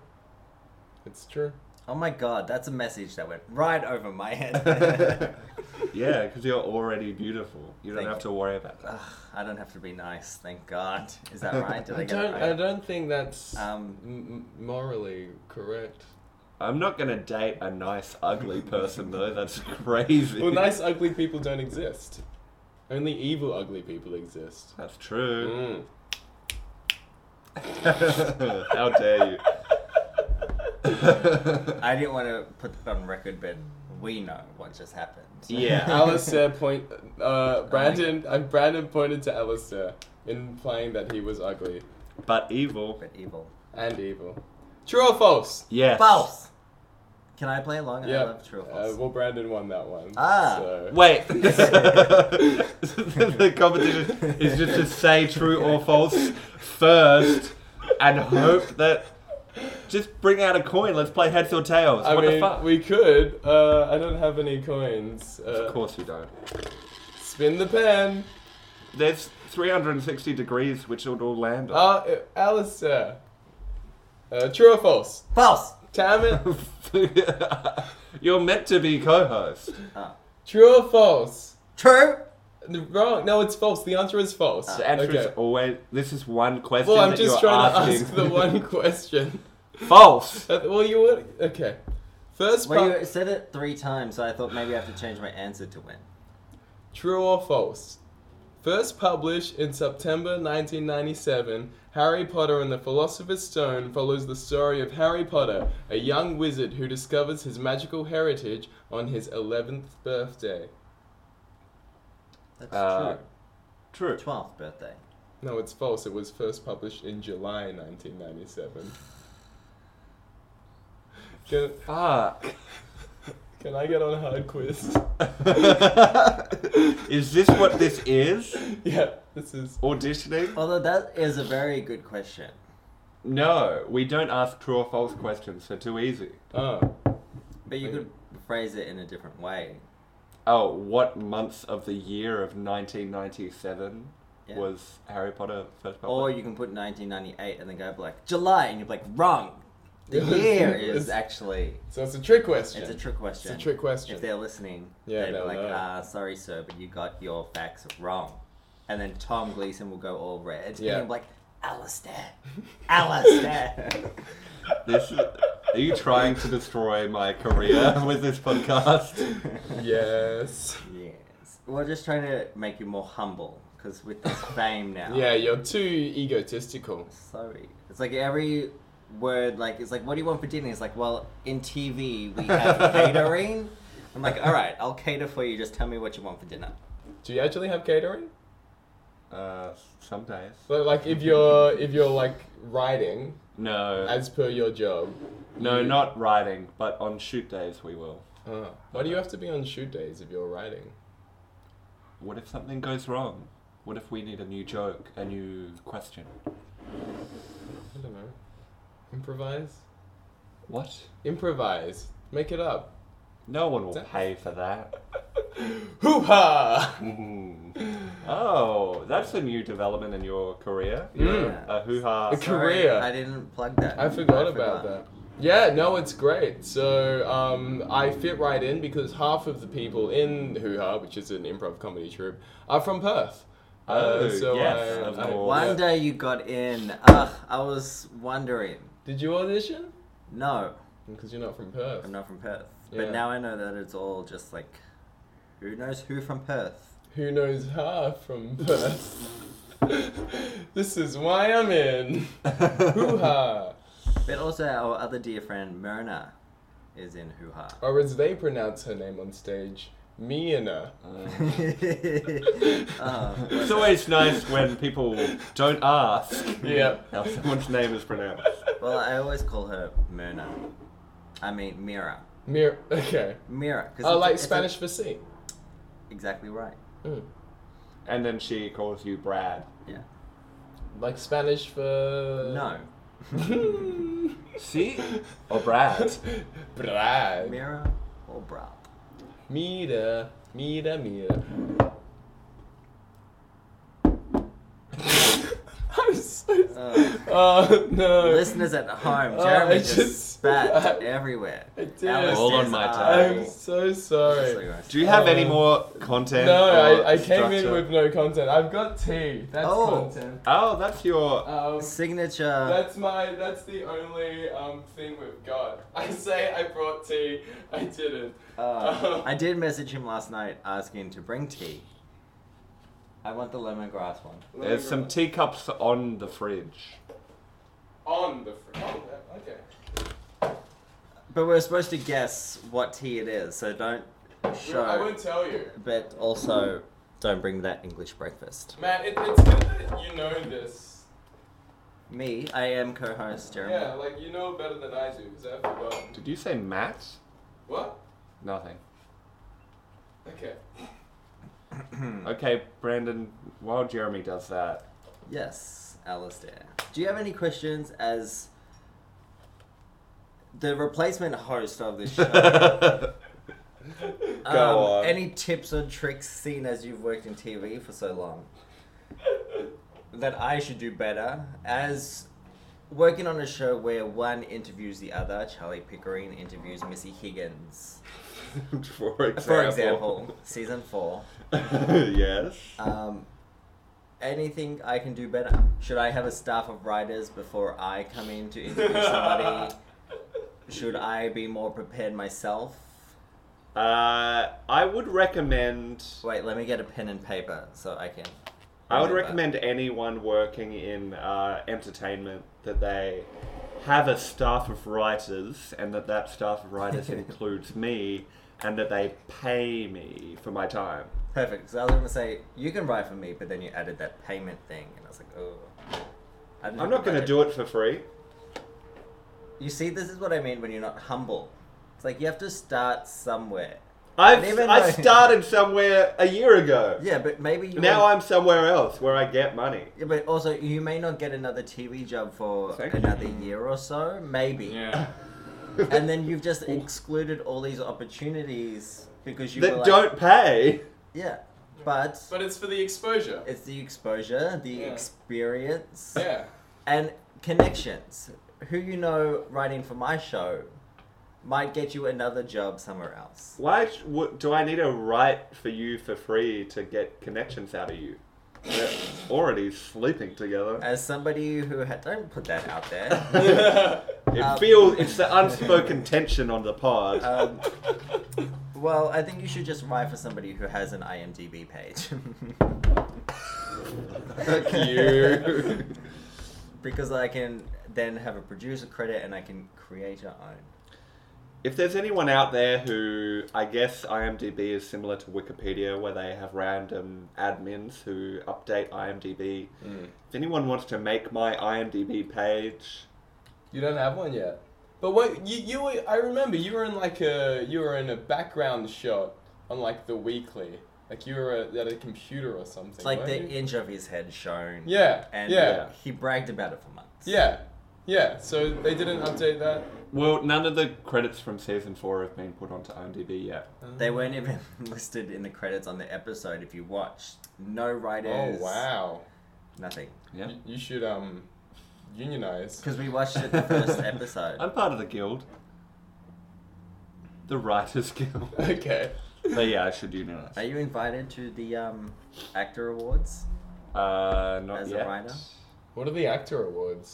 Speaker 2: It's true.
Speaker 3: Oh my god, that's a message that went right over
Speaker 1: [laughs]
Speaker 3: my head. [laughs]
Speaker 1: Yeah, because you're already beautiful. You don't
Speaker 3: Thank
Speaker 1: have to worry about that.
Speaker 3: Ugh, I don't have to be nice, thank god. Is that right? Did
Speaker 2: I
Speaker 3: I, get
Speaker 2: don't.
Speaker 3: it
Speaker 2: I
Speaker 3: right?
Speaker 2: don't think that's
Speaker 3: Um,
Speaker 2: m- m- morally correct.
Speaker 1: I'm not going to date a nice, ugly person, though. That's [laughs]
Speaker 2: [laughs]
Speaker 1: crazy.
Speaker 2: Well, nice ugly people don't exist. Only evil ugly people exist.
Speaker 1: That's true.
Speaker 2: Mm.
Speaker 1: [laughs] How dare you?
Speaker 3: I didn't want to put that on record, but we know what just happened. [laughs]
Speaker 1: Yeah.
Speaker 2: [laughs] Alistair point. Uh,
Speaker 3: Oh
Speaker 2: Brandon. Uh, Brandon pointed to Alistair, implying that he was ugly
Speaker 1: [laughs] But evil.
Speaker 3: but evil.
Speaker 2: and evil. True or false?
Speaker 1: Yes.
Speaker 3: False! Can I play along? I
Speaker 2: Yeah.
Speaker 3: love true or
Speaker 2: Uh,
Speaker 3: false.
Speaker 2: well, Brandon won that one.
Speaker 3: Ah.
Speaker 2: So. [laughs]
Speaker 1: Wait. the competition is just to say true or false first and hope that. Just bring out a coin. Let's play heads or tails.
Speaker 2: I
Speaker 1: what
Speaker 2: mean,
Speaker 1: the fuck?
Speaker 2: we could. Uh, I don't have any coins. Uh,
Speaker 1: Of course you don't.
Speaker 2: Spin the pen.
Speaker 1: There's 360 degrees which it would all land on.
Speaker 2: Uh, Alistair. Uh, true or false?
Speaker 3: false.
Speaker 2: Damn
Speaker 1: [laughs]
Speaker 2: it.
Speaker 1: You're meant to be co-host.
Speaker 3: Ah.
Speaker 2: true or false?
Speaker 3: True.
Speaker 2: Wrong. No, it's false. The answer is false.
Speaker 1: Uh, The answer is
Speaker 2: Okay.
Speaker 1: always. This is one question.
Speaker 2: Well, I'm
Speaker 1: that
Speaker 2: just
Speaker 1: you're
Speaker 2: trying
Speaker 1: asking.
Speaker 2: to ask the one question.
Speaker 1: [laughs] False.
Speaker 2: Uh, well, you would. Okay. First part.
Speaker 3: Well, you said it three times, so I thought maybe I have to change my answer to win.
Speaker 2: True or false? First published in September 1997, Harry Potter and the Philosopher's Stone follows the story of Harry Potter, a young wizard who discovers his magical heritage on his 11th birthday.
Speaker 3: That's
Speaker 1: Uh, True.
Speaker 3: true. Twelfth birthday.
Speaker 2: No, it's false. It was first published in July 1997. Can, [laughs]
Speaker 1: Fuck.
Speaker 2: can I get on a hard quiz? [laughs]
Speaker 1: is this what this is?
Speaker 2: yeah, this is.
Speaker 1: Auditioning?
Speaker 3: Although that is a very good question.
Speaker 1: No, we don't ask true or false questions. They're too easy.
Speaker 2: Oh.
Speaker 3: But you could phrase it in a different way.
Speaker 1: Oh, what months of the year of 1997
Speaker 3: Yeah.
Speaker 1: was Harry Potter first published?
Speaker 2: Oh,
Speaker 3: Or you can put 1998 and then go for like July, and you're like wrong. The
Speaker 2: [laughs] Yes,
Speaker 3: year
Speaker 2: yes.
Speaker 3: is actually
Speaker 2: So it's a trick question.
Speaker 3: it's a trick
Speaker 2: It's
Speaker 3: question.
Speaker 2: a trick question.
Speaker 3: If they're listening,
Speaker 2: Yeah,
Speaker 3: they'd be
Speaker 2: they'll
Speaker 3: like,
Speaker 2: know.
Speaker 3: "Ah, sorry, sir, but you got your facts wrong." And then Tom Gleason will go all red.
Speaker 2: Yeah.
Speaker 3: And he'll be like, Alistair,
Speaker 2: [laughs]
Speaker 3: Alistair.
Speaker 1: [laughs] This, are you trying to destroy my career [laughs] with
Speaker 2: [laughs]
Speaker 1: this podcast?
Speaker 2: Yes.
Speaker 3: Yes. We're just trying to make you more humble because
Speaker 2: [laughs]
Speaker 3: with this fame now.
Speaker 2: Yeah, you're too egotistical.
Speaker 3: Sorry. It's like every word, like, it's like, what do you want for dinner? It's like, well, in TV, we have catering. I'm like, all right, I'll cater for you. Just tell me what you want for dinner.
Speaker 2: Do you actually have catering?
Speaker 1: Uh, some days.
Speaker 2: So, like, if you're if you're like writing
Speaker 1: No.
Speaker 2: as per your job.
Speaker 1: No,
Speaker 2: you-
Speaker 1: not riding, but on shoot days we will.
Speaker 2: Uh, why do you have to be on shoot days if you're writing?
Speaker 1: What if something goes wrong? What if we need a new joke, a new question?
Speaker 2: I don't know. Improvise.
Speaker 1: What?
Speaker 2: Improvise. Make it up. [gasps]
Speaker 1: No one will
Speaker 2: That-
Speaker 1: pay for that. [laughs]
Speaker 2: Hoo ha!
Speaker 1: Mm. Oh, that's a new development in your career.
Speaker 2: Mm.
Speaker 1: A hoo ha.
Speaker 2: A career.
Speaker 3: I didn't plug that.
Speaker 2: I forgot about that. Yeah, no, it's great. So um, I fit right in because half of the people in Hoo Ha, which is an improv comedy troupe, are from Perth. Uh,
Speaker 1: Oh, yes, of course.
Speaker 3: One
Speaker 2: yeah.
Speaker 3: day you got in. Ugh, I was wondering.
Speaker 2: Did you audition?
Speaker 3: No,
Speaker 2: Because you're not from Perth.
Speaker 3: I'm not from Perth.
Speaker 2: Yeah.
Speaker 3: But now I know that it's all just like, who knows who from Perth?
Speaker 2: Who knows her from Perth? [laughs] this is why I'm in. Hoo ha!
Speaker 3: But also our other dear friend Myrna is in Hoo Ha.
Speaker 2: Or as they pronounce her name on stage, Miana.
Speaker 3: [laughs] Uh, Oh,
Speaker 1: It's always nice when people don't ask
Speaker 2: Yeah.
Speaker 1: how someone's name is pronounced.
Speaker 3: well, I always call her Myrna. I mean Mira.
Speaker 2: Mir. Okay.
Speaker 3: Mira. 'cause
Speaker 2: Oh,
Speaker 3: it's a-
Speaker 2: like
Speaker 3: it's a-
Speaker 2: Spanish for C.
Speaker 3: exactly right.
Speaker 2: Mm.
Speaker 1: And then she calls you Brad.
Speaker 3: Yeah.
Speaker 2: Like Spanish for. [laughs]
Speaker 3: No.
Speaker 1: See? Or Brad.
Speaker 2: Brad.
Speaker 3: Mira or Bra.
Speaker 2: Mira, mira, mira. [laughs] I'm so.
Speaker 3: Ugh.
Speaker 2: Oh no.
Speaker 3: Uh. Listeners at home,
Speaker 2: [laughs] Oh,
Speaker 3: Jeremy
Speaker 2: I
Speaker 3: just,
Speaker 2: just- [laughs]
Speaker 3: spat
Speaker 2: I-
Speaker 3: everywhere.
Speaker 2: I did.
Speaker 3: Alistair's
Speaker 1: All on my
Speaker 3: eyes.
Speaker 2: I'm
Speaker 1: table.
Speaker 2: so sorry.
Speaker 3: Sorry, guys.
Speaker 1: Do you have any
Speaker 2: Uh,
Speaker 1: more content?
Speaker 2: No,
Speaker 1: or
Speaker 2: I, I came in
Speaker 1: structure?
Speaker 2: with no content. I've got tea. That's
Speaker 3: Oh.
Speaker 2: content.
Speaker 1: Oh, that's your.
Speaker 3: Uh,
Speaker 2: Um,
Speaker 3: Signature.
Speaker 2: that's my. That's the only um, thing we've got. [laughs] I say I brought tea. I didn't.
Speaker 3: Uh,
Speaker 2: [laughs]
Speaker 3: I did message him last night asking to bring tea. I want the lemongrass one.
Speaker 2: Um,
Speaker 1: There's some teacups on the fridge.
Speaker 2: on the. Fr- oh, okay.
Speaker 3: But we're supposed to guess what tea it is, so don't
Speaker 2: I
Speaker 3: show.
Speaker 2: won't tell you.
Speaker 3: But also, don't bring that English breakfast.
Speaker 2: Man, it, it's good that you know this.
Speaker 3: Me, I am co-host Jeremy.
Speaker 2: Yeah, like you know better than I do, because I forgot.
Speaker 1: Did you say Matt?
Speaker 2: What?
Speaker 1: Nothing.
Speaker 3: [laughs]
Speaker 2: Okay.
Speaker 1: Hmm. Okay, Brandon, while Jeremy does that,
Speaker 3: Yes, Alistair. Do you have any questions as the replacement host
Speaker 1: [laughs]
Speaker 3: of this show? Um,
Speaker 1: Go on. [laughs]
Speaker 3: Any tips or tricks, seen as you've worked in TV for so long, that I should do better as working on a show where one interviews the other? Charlie Pickering interviews Missy Higgins,
Speaker 1: for example.
Speaker 3: for example, season four.
Speaker 1: [laughs] yes.
Speaker 3: Um, anything I can do better? Should I have a staff of writers before I come in to
Speaker 1: [laughs]
Speaker 3: interview somebody? Should I be more prepared myself?
Speaker 1: Uh, I would recommend.
Speaker 3: Wait, let me get a pen and paper so I can.
Speaker 1: I would
Speaker 3: remember.
Speaker 1: recommend anyone working in uh, entertainment that they have a staff of writers, and that that staff of
Speaker 3: [laughs]
Speaker 1: writers includes me, and that they pay me for my time.
Speaker 3: Perfect. So I was going to say, you can write for me, but then you added that payment thing, and I was like, oh. I didn't
Speaker 1: I'm
Speaker 3: have
Speaker 1: not going to
Speaker 3: budget.
Speaker 1: do it for free.
Speaker 3: You see, this is what I mean when you're not humble. It's like you have to start somewhere.
Speaker 1: I've,
Speaker 3: And even
Speaker 1: I
Speaker 3: though-
Speaker 1: started somewhere a year ago.
Speaker 3: Yeah, but maybe you
Speaker 1: Now
Speaker 3: won't-
Speaker 1: I'm somewhere else where I get money.
Speaker 3: Yeah, but also you may not get another TV job for
Speaker 1: Thank you.
Speaker 3: another year or so, maybe.
Speaker 2: [laughs] Yeah.
Speaker 1: [laughs]
Speaker 3: and then you've just excluded all these opportunities because you were
Speaker 1: that
Speaker 3: like,
Speaker 1: don't pay.
Speaker 3: yeah but
Speaker 2: But it's for the exposure.
Speaker 3: it's the exposure the
Speaker 2: Yeah.
Speaker 3: experience
Speaker 2: yeah.
Speaker 3: and connections who you know writing for my show might get you another job somewhere else
Speaker 1: Why sh- w- do I need to write for you for free to get connections out of you? We're already sleeping together.
Speaker 3: as somebody who ha- don't put that out there
Speaker 2: [laughs] yeah.
Speaker 1: It
Speaker 3: Um,
Speaker 1: feels it's the unspoken tension on the pod.
Speaker 3: um, well i think you should just write for somebody who has an imdb page [laughs]
Speaker 1: Fuck you.
Speaker 3: because i can then have a producer credit and i can create your own
Speaker 1: If there's anyone out there who I guess IMDb is similar to Wikipedia, where they have random admins who update IMDb,
Speaker 3: Hmm.
Speaker 2: Mm.
Speaker 1: if anyone wants to make my IMDb page,
Speaker 2: You don't have one yet. But what you you were, I remember you were in like a you were in a background shot on like the weekly. Like you were at a computer or something.
Speaker 3: It's like
Speaker 2: weren't
Speaker 3: the
Speaker 2: you?
Speaker 3: inch of his head shown.
Speaker 2: Yeah,
Speaker 3: And
Speaker 2: yeah.
Speaker 3: he bragged about it for months.
Speaker 2: Yeah. Yeah. So they didn't update that.
Speaker 1: well, none of the credits from season four have been put onto IMDb yet.
Speaker 3: They weren't even [laughs] listed in the credits on the episode if you watched. No
Speaker 2: Oh
Speaker 3: writers.
Speaker 2: wow.
Speaker 3: Nothing.
Speaker 1: Yeah.
Speaker 2: You, you should um unionize.
Speaker 3: Because we watched it the
Speaker 1: [laughs]
Speaker 3: first episode.
Speaker 1: I'm part of the guild. The Writers
Speaker 3: [laughs]
Speaker 1: Guild.
Speaker 2: [laughs] Okay.
Speaker 1: but yeah, I should unionize.
Speaker 3: Are you invited to the um, actor awards?
Speaker 1: Uh, not
Speaker 3: As a
Speaker 1: yet.
Speaker 3: writer?
Speaker 2: What are the actor awards?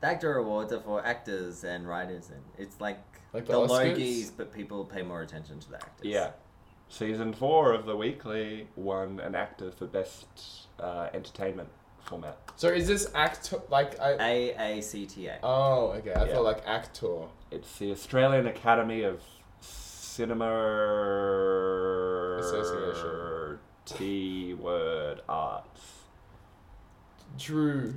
Speaker 3: The actor awards are for actors and writers, and it's like,
Speaker 2: Like the
Speaker 3: the,
Speaker 2: Oscars?
Speaker 3: Logies, but people pay more attention to the actors.
Speaker 1: Yeah. Season four of The Weekly won an actor for best uh, entertainment format.
Speaker 2: So is this act like I?
Speaker 3: AACTA.
Speaker 2: oh, okay. I
Speaker 1: Yeah.
Speaker 2: thought like actor.
Speaker 1: It's the Australian Academy of Cinema
Speaker 2: Association.
Speaker 1: T word arts.
Speaker 2: True.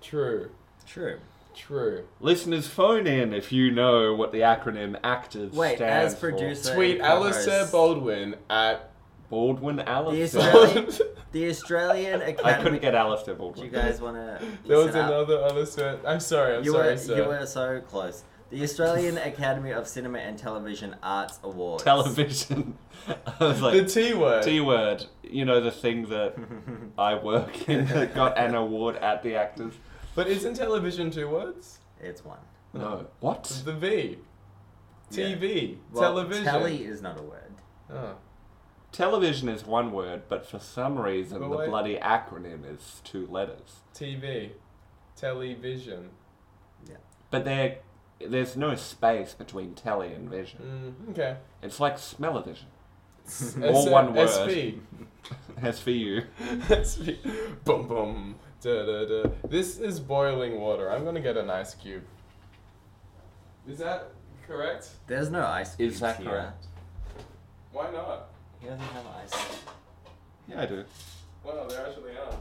Speaker 2: True.
Speaker 3: True.
Speaker 2: True.
Speaker 1: Listeners, phone in if you know what the acronym ACTORS
Speaker 3: Wait,
Speaker 1: stands
Speaker 3: as
Speaker 1: for.
Speaker 3: producer.
Speaker 2: Tweet
Speaker 3: and co-host-
Speaker 2: Alistair Baldwin at
Speaker 1: Baldwin Allison.
Speaker 3: Australian- The
Speaker 1: [laughs]
Speaker 3: Australian
Speaker 1: I
Speaker 3: Academy.
Speaker 1: couldn't get Alistair
Speaker 3: Do
Speaker 1: Baldwin.
Speaker 3: you
Speaker 2: [laughs]
Speaker 3: guys want to?
Speaker 2: [laughs] There was another Alistair. I'm sorry. I'm
Speaker 3: You
Speaker 2: sorry,
Speaker 3: were
Speaker 2: sir.
Speaker 3: you were so close.
Speaker 2: [laughs]
Speaker 3: The Australian Academy of Cinema and Television Arts Awards.
Speaker 1: Television. [laughs] I was
Speaker 2: the
Speaker 1: like,
Speaker 2: T word.
Speaker 1: T word, you know, the thing that
Speaker 3: [laughs]
Speaker 1: I work [laughs] in that got an award at the actors.
Speaker 2: but isn't television two words?
Speaker 3: [laughs]
Speaker 2: [laughs]
Speaker 3: It's one.
Speaker 1: No. What?
Speaker 2: The V.
Speaker 3: Yeah.
Speaker 2: TV.
Speaker 3: Well,
Speaker 2: television.
Speaker 3: Telly is not a
Speaker 2: [laughs]
Speaker 3: word. [laughs]
Speaker 2: Oh.
Speaker 1: Television is one word, but for some reason
Speaker 2: But
Speaker 1: the
Speaker 2: wait.
Speaker 1: bloody acronym is two letters.
Speaker 2: TV. Television.
Speaker 1: But there, there's no space between telly and vision.
Speaker 2: Mm, okay.
Speaker 1: It's like smell-o-vision. [laughs]
Speaker 2: S-
Speaker 1: All one
Speaker 2: [laughs]
Speaker 1: word.
Speaker 2: SV.
Speaker 1: As for you,
Speaker 2: SV. Boom, boom. Da, da, da. This is boiling water. I'm gonna get an ice cube. Is that correct?
Speaker 3: There's no ice.
Speaker 1: Is
Speaker 3: cubes
Speaker 1: that
Speaker 3: here.
Speaker 1: correct?
Speaker 2: Why not?
Speaker 3: He doesn't have ice.
Speaker 1: yeah, I do.
Speaker 2: Wow, there actually are.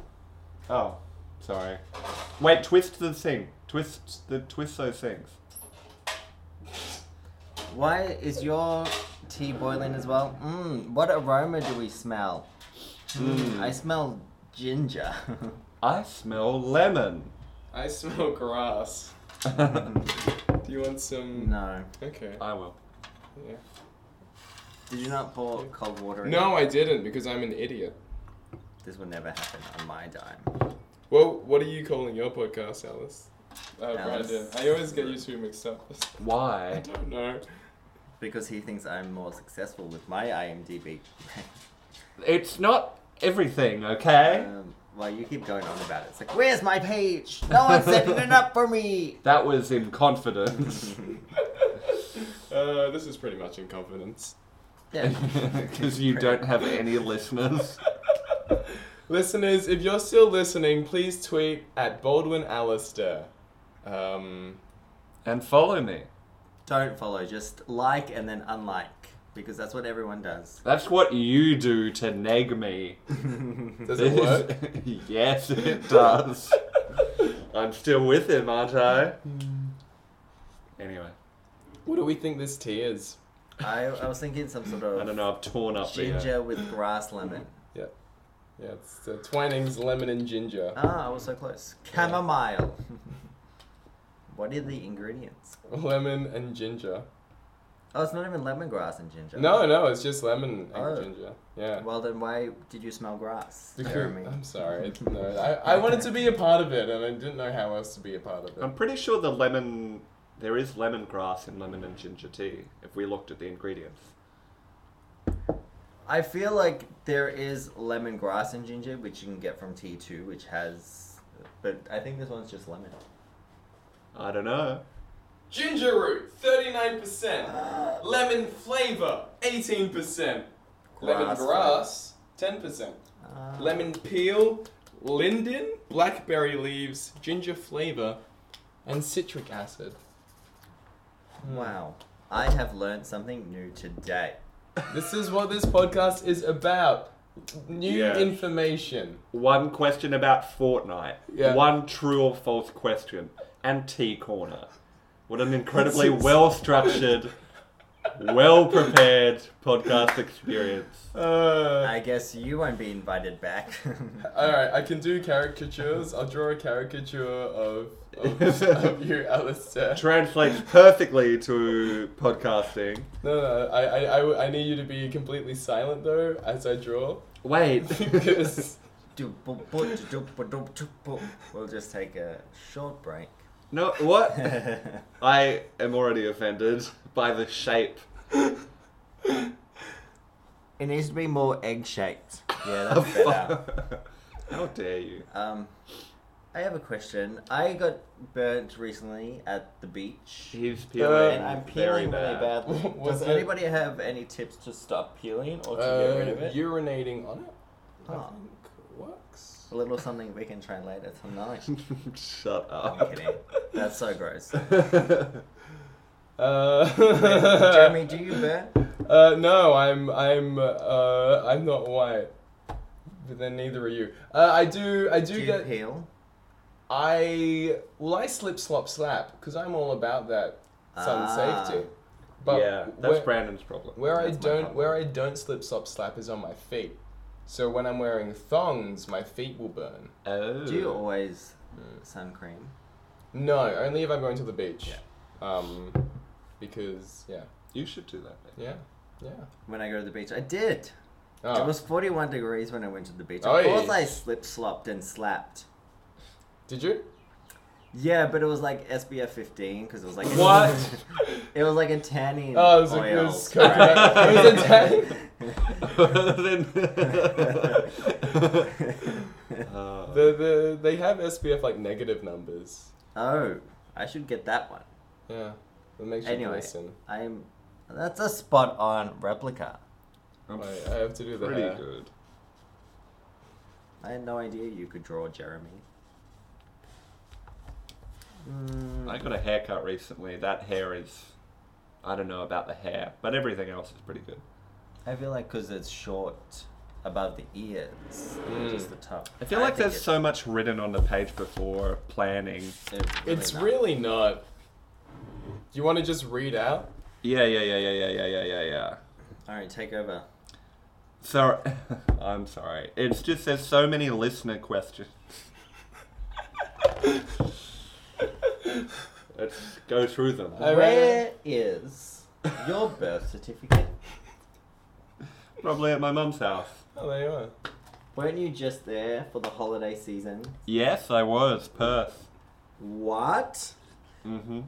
Speaker 1: Oh, sorry. Wait, twist the thing. Twist the twist those things.
Speaker 3: Why is your tea boiling as well? Mmm, what aroma do we smell?
Speaker 2: Hmm. Mmm.
Speaker 3: Mm, I smell ginger.
Speaker 1: Hmm.
Speaker 3: [laughs]
Speaker 1: I smell lemon. [laughs]
Speaker 2: I smell grass. Do you want some?
Speaker 3: no.
Speaker 2: Okay.
Speaker 1: I will.
Speaker 2: Yeah.
Speaker 3: Did you not pour cold water in?
Speaker 2: No, I didn't because I'm an idiot.
Speaker 3: This will never happen on my dime.
Speaker 2: Well, what are you calling your podcast, Alice? Uh,
Speaker 3: Alice.
Speaker 2: Brandon. I always get you two mixed up. [laughs] I
Speaker 1: Why?
Speaker 2: don't know.
Speaker 3: Because he thinks I'm more successful with my IMDb.
Speaker 1: It's not everything,
Speaker 2: Oh.
Speaker 1: okay?
Speaker 3: [laughs] um, well, you keep going on about it. It's like, where's my page? No
Speaker 1: [laughs]
Speaker 3: one's setting it up for me!
Speaker 1: That was in confidence. [laughs]
Speaker 2: Uh, this is pretty much in confidence. [laughs]
Speaker 1: [laughs] Because you don't have any listeners.
Speaker 2: Listeners, if you're still listening, please tweet at Baldwin Alistair. Um,
Speaker 1: And follow me.
Speaker 3: Don't follow, just like and then unlike. Because that's what
Speaker 1: [laughs]
Speaker 3: everyone does.
Speaker 1: That's what you do to neg me.
Speaker 2: does it work?
Speaker 1: yes, [laughs] it does. I'm still with him, aren't I? Anyway,
Speaker 2: [laughs] what do we think this tea is?
Speaker 3: I, I was thinking some sort of
Speaker 1: I don't know. I've torn up the, uh,
Speaker 3: ginger with grass lemon.
Speaker 2: Yeah. Yeah, it's uh, Twinings Lemon and Ginger.
Speaker 1: Mm-hmm.
Speaker 3: Ah, I was so close. Chamomile. [laughs] what are the ingredients?
Speaker 2: Lemon and ginger.
Speaker 3: Oh, it's not even lemongrass and ginger.
Speaker 2: No, no, it's just lemon and
Speaker 3: Oh.
Speaker 2: ginger. Yeah.
Speaker 3: Well, then why did you smell grass,
Speaker 2: [laughs] Because-
Speaker 3: Jeremy?
Speaker 2: I'm sorry. It's- No, I, I wanted to be a part of it, and I didn't know how else to be a part of
Speaker 1: I'm
Speaker 2: it.
Speaker 1: pretty sure the lemon. There is lemongrass in lemon and ginger tea. If we looked at the ingredients,
Speaker 3: I feel like there is lemongrass and ginger, which you can get from T2, which has. But I think this one's just lemon. [gasps]
Speaker 1: I don't know.
Speaker 2: Ginger root, thirty-nine percent.
Speaker 3: Uh,
Speaker 2: Lemon flavor, eighteen percent. Lemon
Speaker 3: Grass.
Speaker 2: grass, ten percent.
Speaker 3: Ah.
Speaker 2: Lemon peel, linden, blackberry leaves, ginger flavor, and citric acid.
Speaker 3: Wow. I have learned something new today.
Speaker 2: This is what this podcast is about. New
Speaker 1: Yes.
Speaker 2: information.
Speaker 1: One question about Fortnite.
Speaker 2: Yeah.
Speaker 1: One true or false question. And tea corner. What an incredibly
Speaker 2: This is-
Speaker 1: well
Speaker 2: [laughs]
Speaker 1: structured, well prepared podcast experience.
Speaker 2: Uh,
Speaker 3: I guess you won't be invited back. [laughs]
Speaker 2: Alright, I can do caricatures. I'll draw a caricature of, of, of you,
Speaker 3: [laughs]
Speaker 2: Alistair.
Speaker 1: Translates perfectly to podcasting.
Speaker 2: No, no, I, I, I w- I need you to be completely silent though as I
Speaker 3: [laughs]
Speaker 2: draw.
Speaker 1: Wait.
Speaker 2: Because.
Speaker 3: we'll just take a short break. [laughs]
Speaker 1: no, what? I am already offended by the shape.
Speaker 3: It needs to be more egg shaped. Yeah,
Speaker 2: [laughs] Oh,
Speaker 3: that's better.
Speaker 1: [laughs] How dare you?
Speaker 3: Um, I have a question. I got burnt recently at the beach.
Speaker 1: He's
Speaker 2: Uh,
Speaker 1: peeling.
Speaker 3: And I'm
Speaker 1: very
Speaker 3: peeling really
Speaker 1: bad.
Speaker 3: badly.
Speaker 2: [laughs] Was
Speaker 3: Does
Speaker 2: it-
Speaker 3: anybody have any tips to stop peeling or to get rid of
Speaker 2: Uh,
Speaker 3: it?
Speaker 2: urinating on it? I
Speaker 3: Oh.
Speaker 2: think
Speaker 3: [laughs]
Speaker 2: works.
Speaker 3: A little something we can try later
Speaker 2: [laughs]
Speaker 3: tonight.
Speaker 1: [laughs] Shut up.
Speaker 3: I'm kidding. That's so gross.
Speaker 2: Uh,
Speaker 3: Jeremy, do you burn?
Speaker 2: Uh, no, I'm I'm uh, I'm not white. But then neither are you. Uh, I do I do,
Speaker 3: Do you
Speaker 2: get
Speaker 3: peel?
Speaker 2: I well I slip slop slap because I'm all about that sun
Speaker 3: Ah.
Speaker 2: safety.
Speaker 1: yeah, that's
Speaker 2: where,
Speaker 1: Brandon's problem.
Speaker 2: where I
Speaker 3: That's my
Speaker 2: don't
Speaker 3: problem.
Speaker 2: where I don't slip slop slap is on my feet. So when I'm wearing thongs, my feet will burn.
Speaker 1: Oh.
Speaker 3: Do you always sun cream?
Speaker 2: No, only if I'm going to the beach. Um, because yeah,
Speaker 1: You should do that.
Speaker 2: [laughs]
Speaker 1: Mate.
Speaker 2: yeah, yeah.
Speaker 3: When I go to the beach, I did.
Speaker 2: Oh.
Speaker 3: It was 41 degrees when I went to the beach.
Speaker 2: Oi.
Speaker 3: Of course, I slip slopped and slapped.
Speaker 2: Did you?
Speaker 3: Yeah, but it was like SBF 15 because it was like [laughs]
Speaker 2: [laughs]
Speaker 1: What?
Speaker 3: it was like a tanning.
Speaker 2: Oh, it was,
Speaker 3: oil,
Speaker 2: a, it was
Speaker 3: right?
Speaker 2: coconut. it was a
Speaker 1: [laughs]
Speaker 2: tan-
Speaker 3: [laughs]
Speaker 1: Then- Uh,
Speaker 2: The, the, they have SPF like negative numbers.
Speaker 1: [laughs]
Speaker 3: oh, I should get that one.
Speaker 2: Yeah. That makes you
Speaker 3: Anyway,
Speaker 2: listen.
Speaker 3: I'm. That's a spot on replica.
Speaker 1: I'm
Speaker 2: Wait, I have to do the
Speaker 1: pretty
Speaker 2: hair.
Speaker 1: good.
Speaker 3: I had no idea you could draw Jeremy. Mm,
Speaker 1: I got a haircut recently. That hair is. I don't know about the hair, but everything else is pretty good.
Speaker 3: I feel like because it's short above the ears,
Speaker 2: Mm.
Speaker 3: just the top.
Speaker 1: I feel like
Speaker 3: think
Speaker 1: there's
Speaker 3: it-
Speaker 1: so much written on the page before planning.
Speaker 3: it
Speaker 2: It's
Speaker 3: not-
Speaker 2: really not. Do you want to just read out?
Speaker 1: Yeah, yeah, yeah, yeah, yeah, yeah, yeah, yeah.
Speaker 3: All right, take over.
Speaker 1: Sorry, [laughs] I'm sorry. It's just there's so many listener questions. Let's go through them.
Speaker 2: I read
Speaker 3: Where is your birth certificate?
Speaker 1: Probably at my mum's house.
Speaker 2: [laughs] Oh, there you are.
Speaker 3: Weren't you just there for the holiday season?
Speaker 1: Yes, I was Perth.
Speaker 3: What?
Speaker 1: Mm-hmm.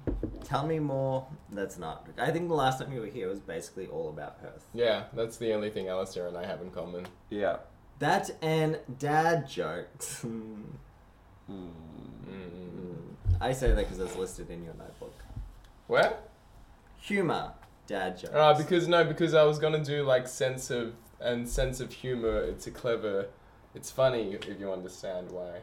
Speaker 3: Tell me more. That's not. I think the last time you were here was basically all about Perth.
Speaker 2: Yeah, that's the only thing Alistair and I have in common.
Speaker 1: Yeah.
Speaker 3: That and dad jokes. [laughs] Hmm.
Speaker 1: Mm.
Speaker 2: Mm.
Speaker 3: I say that because it's listed in your notebook.
Speaker 2: Where?
Speaker 3: Humor, dad jokes.
Speaker 2: Ah, because no, because I was gonna do like sense of and sense of humor. It's a clever, it's funny if you understand why.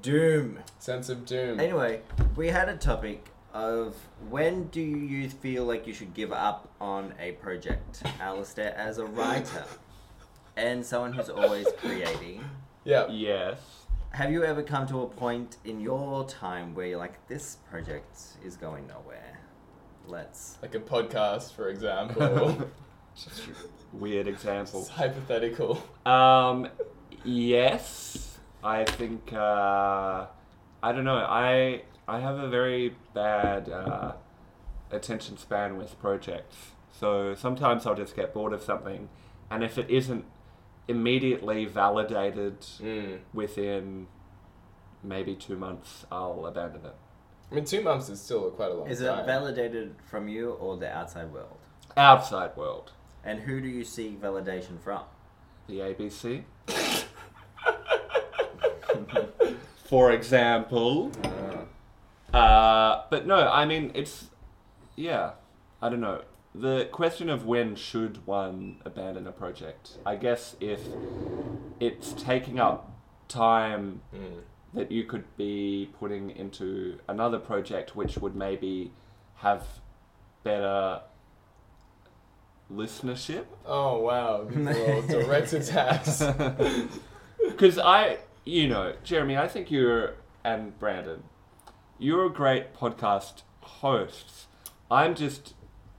Speaker 3: Doom.
Speaker 2: Sense of doom.
Speaker 3: Anyway, we had a topic of when do you feel like you should give up on a project, Alistair, as a writer and someone who's always creating.
Speaker 2: Yeah.
Speaker 1: Yes.
Speaker 3: Have you ever come to a point in your time where you're like, this project is going nowhere? Let's.
Speaker 2: Like a podcast, for example.
Speaker 1: [laughs]
Speaker 2: [laughs]
Speaker 1: Just a weird example.
Speaker 2: it's hypothetical.
Speaker 1: Um, yes, I think uh, I don't know. I I have a very bad uh, attention span with projects, so sometimes I'll just get bored of something, and if it isn't immediately validated
Speaker 2: Mm.
Speaker 1: within maybe two months, I'll abandon it.
Speaker 2: I mean, two months is still quite a long
Speaker 3: Is it
Speaker 2: time.
Speaker 3: validated from you or the outside world?
Speaker 1: Outside world,
Speaker 3: And who do you seek validation from?
Speaker 1: the ABC. [laughs] For example.
Speaker 2: Uh,
Speaker 1: Uh, but no, I mean it's yeah, I don't know. The question of when should one abandon a project? I guess if it's taking up time
Speaker 2: mm.
Speaker 1: that you could be putting into another project which would maybe have better listenership
Speaker 2: Oh
Speaker 3: [laughs]
Speaker 2: wow! These are all direct attacks.
Speaker 1: Because I, you know, Jeremy, I think you're, and Brandon, you're a great podcast hosts. I'm just,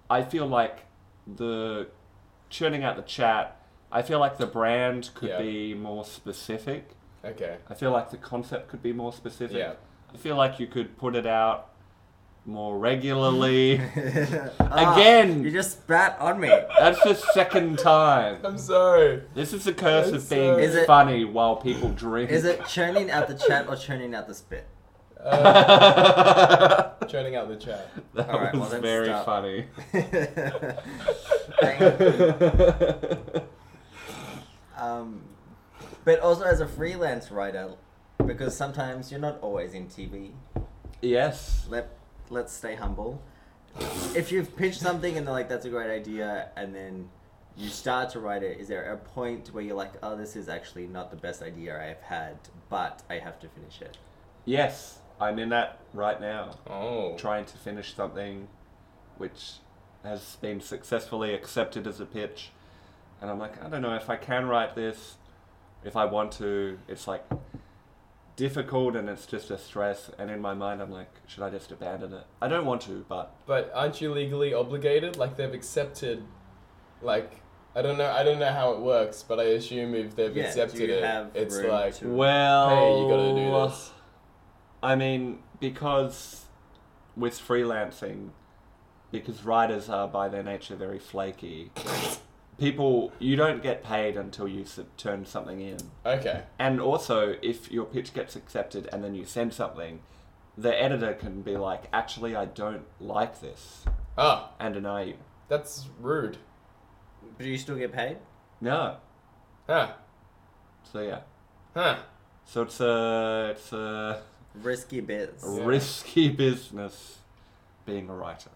Speaker 1: I feel like the churning out the chat, I feel like the brand could
Speaker 2: Yeah.
Speaker 1: be more specific.
Speaker 2: Okay.
Speaker 1: I feel like the concept could be more specific.
Speaker 2: Yeah.
Speaker 1: I feel like you could put it out more
Speaker 2: [laughs]
Speaker 1: regularly.
Speaker 3: Ah,
Speaker 1: Again.
Speaker 3: You just spat on me.
Speaker 1: That's the second time.
Speaker 2: [laughs] I'm sorry.
Speaker 1: This is the curse
Speaker 2: That's
Speaker 1: of being
Speaker 2: so-
Speaker 3: Is it-
Speaker 1: funny while people drink.
Speaker 3: Is it churning out the chat or churning out the spit?
Speaker 2: Uh,
Speaker 3: [laughs]
Speaker 1: that
Speaker 2: churning out the chat.
Speaker 1: [laughs]
Speaker 3: Alright, well,
Speaker 1: was
Speaker 3: then
Speaker 1: very
Speaker 3: stop. [laughs]
Speaker 1: funny. [laughs]
Speaker 3: [laughs] um, but also as a freelance writer, because sometimes you're not always in TV.
Speaker 1: yes.
Speaker 3: Let let's stay humble. If you've pitched something and they're like, "That's a great idea," and then you start to write it, is there a point where you're like, "Oh, this is actually not the best idea I've had, but I have to finish it."
Speaker 1: Yes. I'm in that right now.
Speaker 2: Oh.
Speaker 1: Trying to finish something which has been successfully accepted as a pitch. And I'm like, I don't know if I can write this, if I want to. It's like difficult and it's just a stress. And in my mind, I'm like, should I just abandon it? I don't want to, but
Speaker 2: But aren't you legally obligated? Like they've accepted, like I don't know, I don't know how it works, but I assume if they've
Speaker 3: Yeah, do
Speaker 2: accepted
Speaker 3: you
Speaker 2: it,
Speaker 3: have
Speaker 2: it's
Speaker 3: room
Speaker 2: like,
Speaker 3: to-
Speaker 1: well,
Speaker 2: hey, you gotta do this.
Speaker 1: I mean, because with freelancing, because writers are by their nature very flaky, people, you don't get paid until you s turn something in.
Speaker 2: Okay,
Speaker 1: And also, if your pitch gets accepted and then you send something, the editor can be like, actually, I don't like this,
Speaker 2: ah,
Speaker 1: and deny you.
Speaker 2: that's rude.
Speaker 3: But do you still get paid?
Speaker 1: No.
Speaker 2: Huh?
Speaker 1: So, yeah.
Speaker 2: Huh?
Speaker 1: So it's a, it's a
Speaker 3: Risky bits.
Speaker 2: Yeah.
Speaker 1: risky [laughs] business being a writer.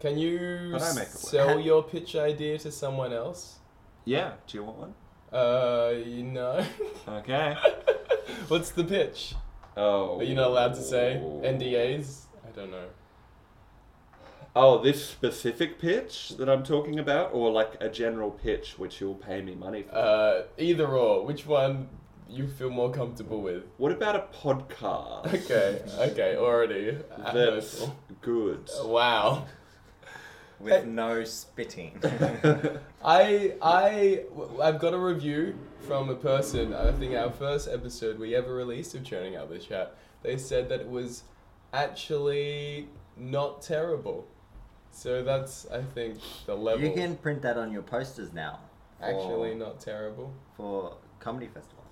Speaker 2: Can you
Speaker 1: But I make it work.
Speaker 2: sell your pitch idea to someone else?
Speaker 1: Yeah, do you want one?
Speaker 2: Uh, you know, [laughs]
Speaker 1: Okay.
Speaker 2: what's the pitch?
Speaker 1: Oh.
Speaker 2: Are you not allowed to say NDAs? Oh. I don't know.
Speaker 1: Oh, this specific pitch that I'm talking about, or like a general pitch which you'll pay me money for?
Speaker 2: Uh, either or, which one you feel more comfortable [laughs] with?
Speaker 1: what about a podcast
Speaker 2: Okay, okay, already. Uh,
Speaker 1: that's good?
Speaker 2: Wow.
Speaker 3: with no spitting.
Speaker 2: I I w- I've got a review from a person. I think our first episode we ever released of churning out the chat. They said that it was actually not terrible. So that's I think the level.
Speaker 3: you can print that on your posters now. for-
Speaker 2: actually not terrible.
Speaker 3: for comedy festival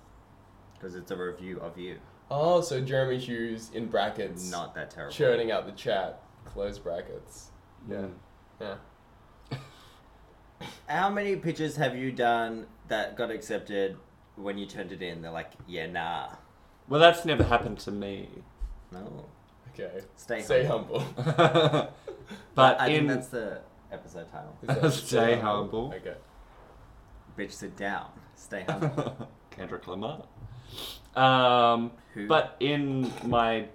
Speaker 3: because it's a review of you.
Speaker 2: Oh, so Jeremy Hughes in brackets,
Speaker 3: Not that terrible.
Speaker 2: churning out the chat. Close brackets.
Speaker 1: Yeah.
Speaker 2: [laughs] Yeah.
Speaker 3: How many pitches have you done that got accepted when you turned it in? They're like, yeah, nah,
Speaker 1: Well, that's never happened to
Speaker 2: [laughs]
Speaker 1: me.
Speaker 3: no.
Speaker 2: Okay.
Speaker 3: Stay
Speaker 2: humble. [laughs]
Speaker 1: but
Speaker 3: I
Speaker 1: in
Speaker 3: think that's the episode title.
Speaker 2: Is that
Speaker 1: Stay humble.
Speaker 2: Okay.
Speaker 3: Bitch, sit down. Stay
Speaker 1: [laughs]
Speaker 3: humble.
Speaker 1: Kendrick Lamar. Um,
Speaker 3: Who?
Speaker 1: but in my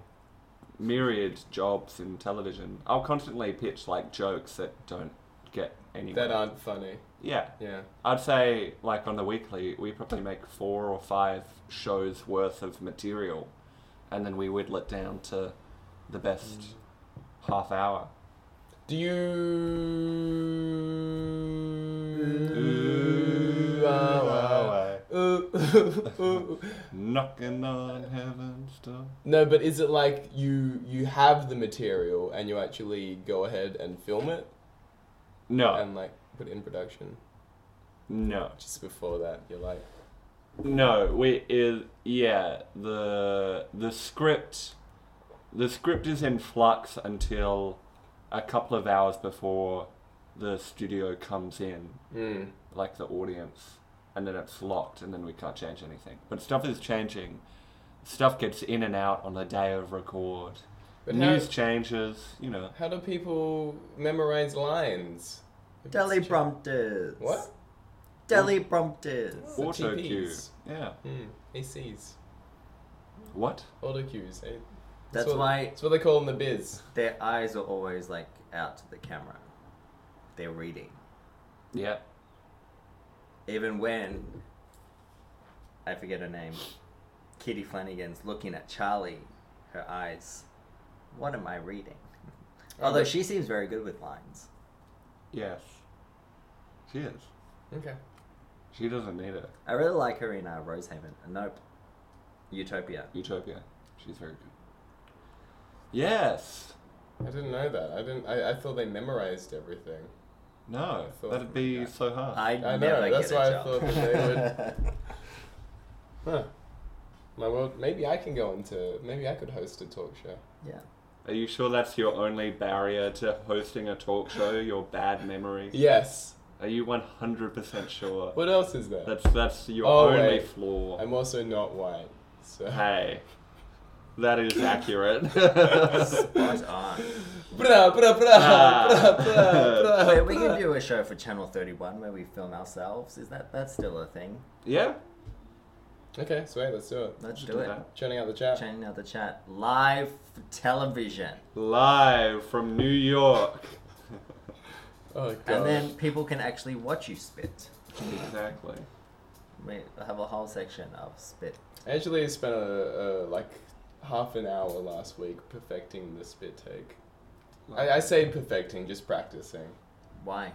Speaker 1: myriad jobs in television, I'll constantly pitch like jokes that don't get anywhere.
Speaker 2: That aren't funny.
Speaker 1: yeah,
Speaker 2: Yeah.
Speaker 1: I'd say like on the weekly, we probably make four or five shows worth of material, and then we whittle it down to the best
Speaker 2: Mm.
Speaker 1: half hour.
Speaker 2: Do you? Ooh, ah, ah. Ooh, ooh, ooh.
Speaker 1: Knocking on heaven's door.
Speaker 2: [laughs] no, but is it like you you have the material and you actually go ahead and film it
Speaker 1: No,
Speaker 2: and like put it in production?
Speaker 1: no.
Speaker 2: Just before that, you're like,
Speaker 1: No, we is yeah the the script the script is in flux until a couple of hours before the studio comes in,
Speaker 2: mm,
Speaker 1: like the audience, and then it's locked, and then we can't change anything. But stuff is changing. Stuff gets in and out on the day of record.
Speaker 2: But how-
Speaker 1: News changes, you know.
Speaker 2: how do people memorize lines? If it's a ch-
Speaker 3: Teleprompters.
Speaker 2: What?
Speaker 3: Teleprompters.
Speaker 2: The
Speaker 1: Auto cue.
Speaker 2: TPs.
Speaker 1: Yeah.
Speaker 2: Mm, ACs.
Speaker 1: What?
Speaker 2: Auto cues. eh?
Speaker 3: That's
Speaker 2: what,
Speaker 3: why-
Speaker 2: That's what they call in the biz.
Speaker 3: Their eyes are always like out to the camera. They're reading.
Speaker 1: Yeah.
Speaker 3: Even when I forget her name, Kitty Flanagan's looking at Charlie, her eyes. What am I reading? Although she seems very good with lines.
Speaker 1: Yes. She is.
Speaker 2: Okay.
Speaker 1: She doesn't need it.
Speaker 3: I really like her in uh, Rosehaven. Nope. Utopia.
Speaker 1: Utopia. She's very good. Yes.
Speaker 2: I didn't know that. I didn't. I, I thought they memorized everything.
Speaker 1: No.
Speaker 2: I thought-
Speaker 1: That'd be
Speaker 2: yeah.
Speaker 1: so hard.
Speaker 3: I'd
Speaker 2: I know,
Speaker 3: never
Speaker 2: that's
Speaker 3: get a
Speaker 2: why I
Speaker 3: job.
Speaker 2: thought that Huh. My world. Maybe I can go into. Maybe I could host a talk show.
Speaker 3: [laughs] yeah.
Speaker 1: Are you sure that's your only barrier to hosting a talk show? Your bad memory?
Speaker 2: Yes.
Speaker 1: Are you one hundred percent sure?
Speaker 2: What else is there?
Speaker 1: That's that's your
Speaker 2: Oh,
Speaker 1: only
Speaker 2: wait.
Speaker 1: flaw.
Speaker 2: I'm also not white. So.
Speaker 1: Hey. That is accurate.
Speaker 2: [laughs]
Speaker 3: Spot on.
Speaker 2: [laughs] Bra bra bra
Speaker 1: Ah.
Speaker 2: bra bra
Speaker 3: Wait, we
Speaker 2: bra.
Speaker 3: can do a show for Channel 31 where we film ourselves. Is that that's still a thing?
Speaker 1: yeah?
Speaker 2: Okay, sweet. Let's do it.
Speaker 3: Let's
Speaker 1: should
Speaker 3: do
Speaker 1: do
Speaker 3: it.
Speaker 1: that.
Speaker 2: Churning out the chat.
Speaker 3: Changing out the chat. Live for television.
Speaker 1: Live from New York. [laughs]
Speaker 2: Oh god.
Speaker 3: And then people can actually watch you spit.
Speaker 1: exactly.
Speaker 3: We have a whole section of spit.
Speaker 2: Actually, I spent a, a like half an hour last week perfecting the spit take. I, I say perfecting, just practicing
Speaker 3: Why?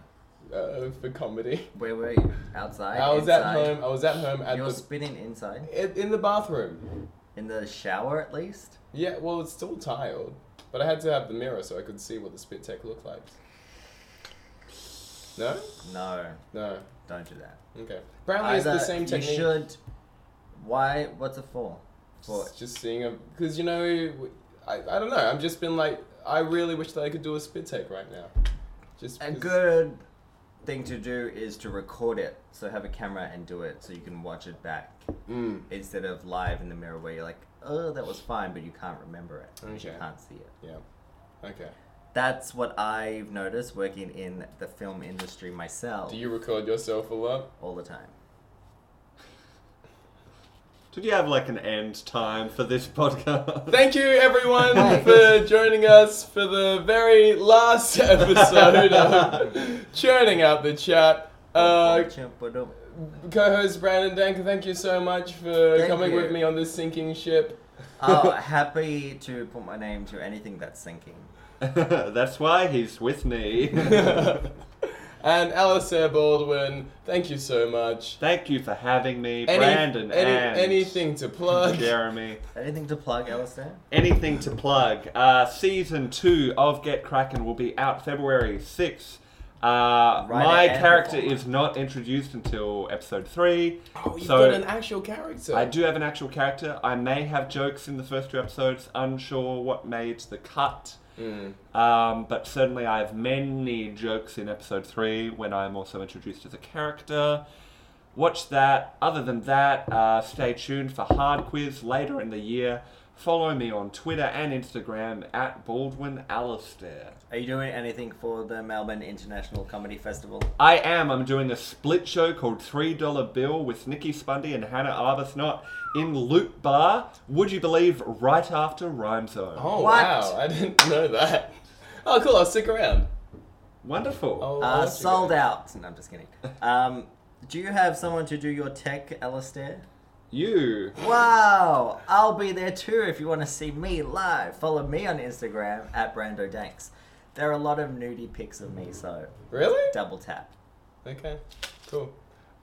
Speaker 2: uh, for
Speaker 3: [laughs]
Speaker 2: comedy.
Speaker 3: Where were you? Outside?
Speaker 2: I was at
Speaker 3: inside?
Speaker 2: home. I was at home at
Speaker 3: You're
Speaker 2: the
Speaker 3: spitting inside?
Speaker 2: in, in the bathroom.
Speaker 3: In the shower at least?
Speaker 2: Yeah, well, it's still tiled, but I had to have the mirror so I could see what the spit take looked like. No,
Speaker 3: No,
Speaker 2: no,
Speaker 3: don't do that.
Speaker 2: okay. Apparently, it's the
Speaker 3: Either
Speaker 2: same technique.
Speaker 3: You should. Why? What's it for? For
Speaker 2: Just, just seeing a because you know, I, I don't know. I've just been like, I really wish that I could do a spit take right now. Just
Speaker 3: a
Speaker 2: 'cause-
Speaker 3: good thing to do is to record it. So have a camera and do it, so you can watch it back
Speaker 2: Mm.
Speaker 3: instead of live in the mirror where you're like, oh, that was fine, but you can't remember it. You
Speaker 2: Okay.
Speaker 3: can't see it.
Speaker 2: Yeah. Okay.
Speaker 3: That's what I've noticed working in the film industry myself
Speaker 2: Do you record yourself a lot?
Speaker 3: all the time.
Speaker 1: Did you have like an end time for this [laughs] podcast?
Speaker 2: Thank you, everyone, for joining us for the very last [laughs] episode of Churning Out the Chat.
Speaker 3: [laughs]
Speaker 2: Uh, co-host Brandon Danker, thank you so much for
Speaker 3: Thank
Speaker 2: coming
Speaker 3: you.
Speaker 2: with
Speaker 3: [laughs]
Speaker 2: me on this sinking ship. [laughs]
Speaker 3: oh, happy to put my name to anything that's sinking.
Speaker 1: [laughs] That's why he's
Speaker 2: [laughs]
Speaker 1: with me.
Speaker 2: and Alistair Baldwin, thank you so much.
Speaker 1: Thank you for having me,
Speaker 2: Any-
Speaker 1: Brandon
Speaker 2: any-
Speaker 1: and
Speaker 2: anything to plug.
Speaker 1: Jeremy.
Speaker 3: Anything to plug, Alistair?
Speaker 1: Anything to plug? Uh, season two of Get Kraken will be out February 6th. Uh,
Speaker 3: Writer
Speaker 1: my
Speaker 3: and
Speaker 1: character
Speaker 3: performer.
Speaker 1: is not introduced until episode three.
Speaker 2: Oh, you've
Speaker 1: So-
Speaker 2: got an actual character.
Speaker 1: I do have an actual character. I may have jokes in the first two episodes, unsure what made the cut.
Speaker 2: Mm.
Speaker 1: Um, but certainly, I have many jokes in episode three when I'm also introduced as a character. Watch that. Other than that, uh, stay tuned for Hard Quiz later in the year. Follow me on Twitter and Instagram at Baldwin Alistair.
Speaker 3: Are you doing anything for the Melbourne International Comedy Festival?
Speaker 1: I am. I'm doing a split show called Three Dollar Bill with Nikki Spundy and Hannah Arbuthnot in Loop Bar. Would you believe? Right after Rhyme Zone.
Speaker 2: Oh,
Speaker 3: What?
Speaker 2: wow. I didn't know that. Oh, cool. I'll stick around.
Speaker 1: Wonderful.
Speaker 2: Oh,
Speaker 3: Uh, sold out. No, I'm just kidding. Um, do you have someone to do your tech, Alistair?
Speaker 1: You.
Speaker 3: Wow! I'll be there too if you want to see me live. Follow me on Instagram at Brando Danks. There are a lot of nudie pics of me, so
Speaker 2: Really?
Speaker 3: double tap.
Speaker 2: Okay, cool.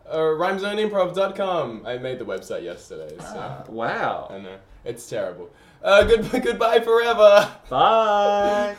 Speaker 2: Uh, rhymezoneimprov.com. I made the website yesterday, so
Speaker 1: Wow.
Speaker 2: [laughs] I know it's terrible. Uh, good goodbye forever.
Speaker 1: Bye.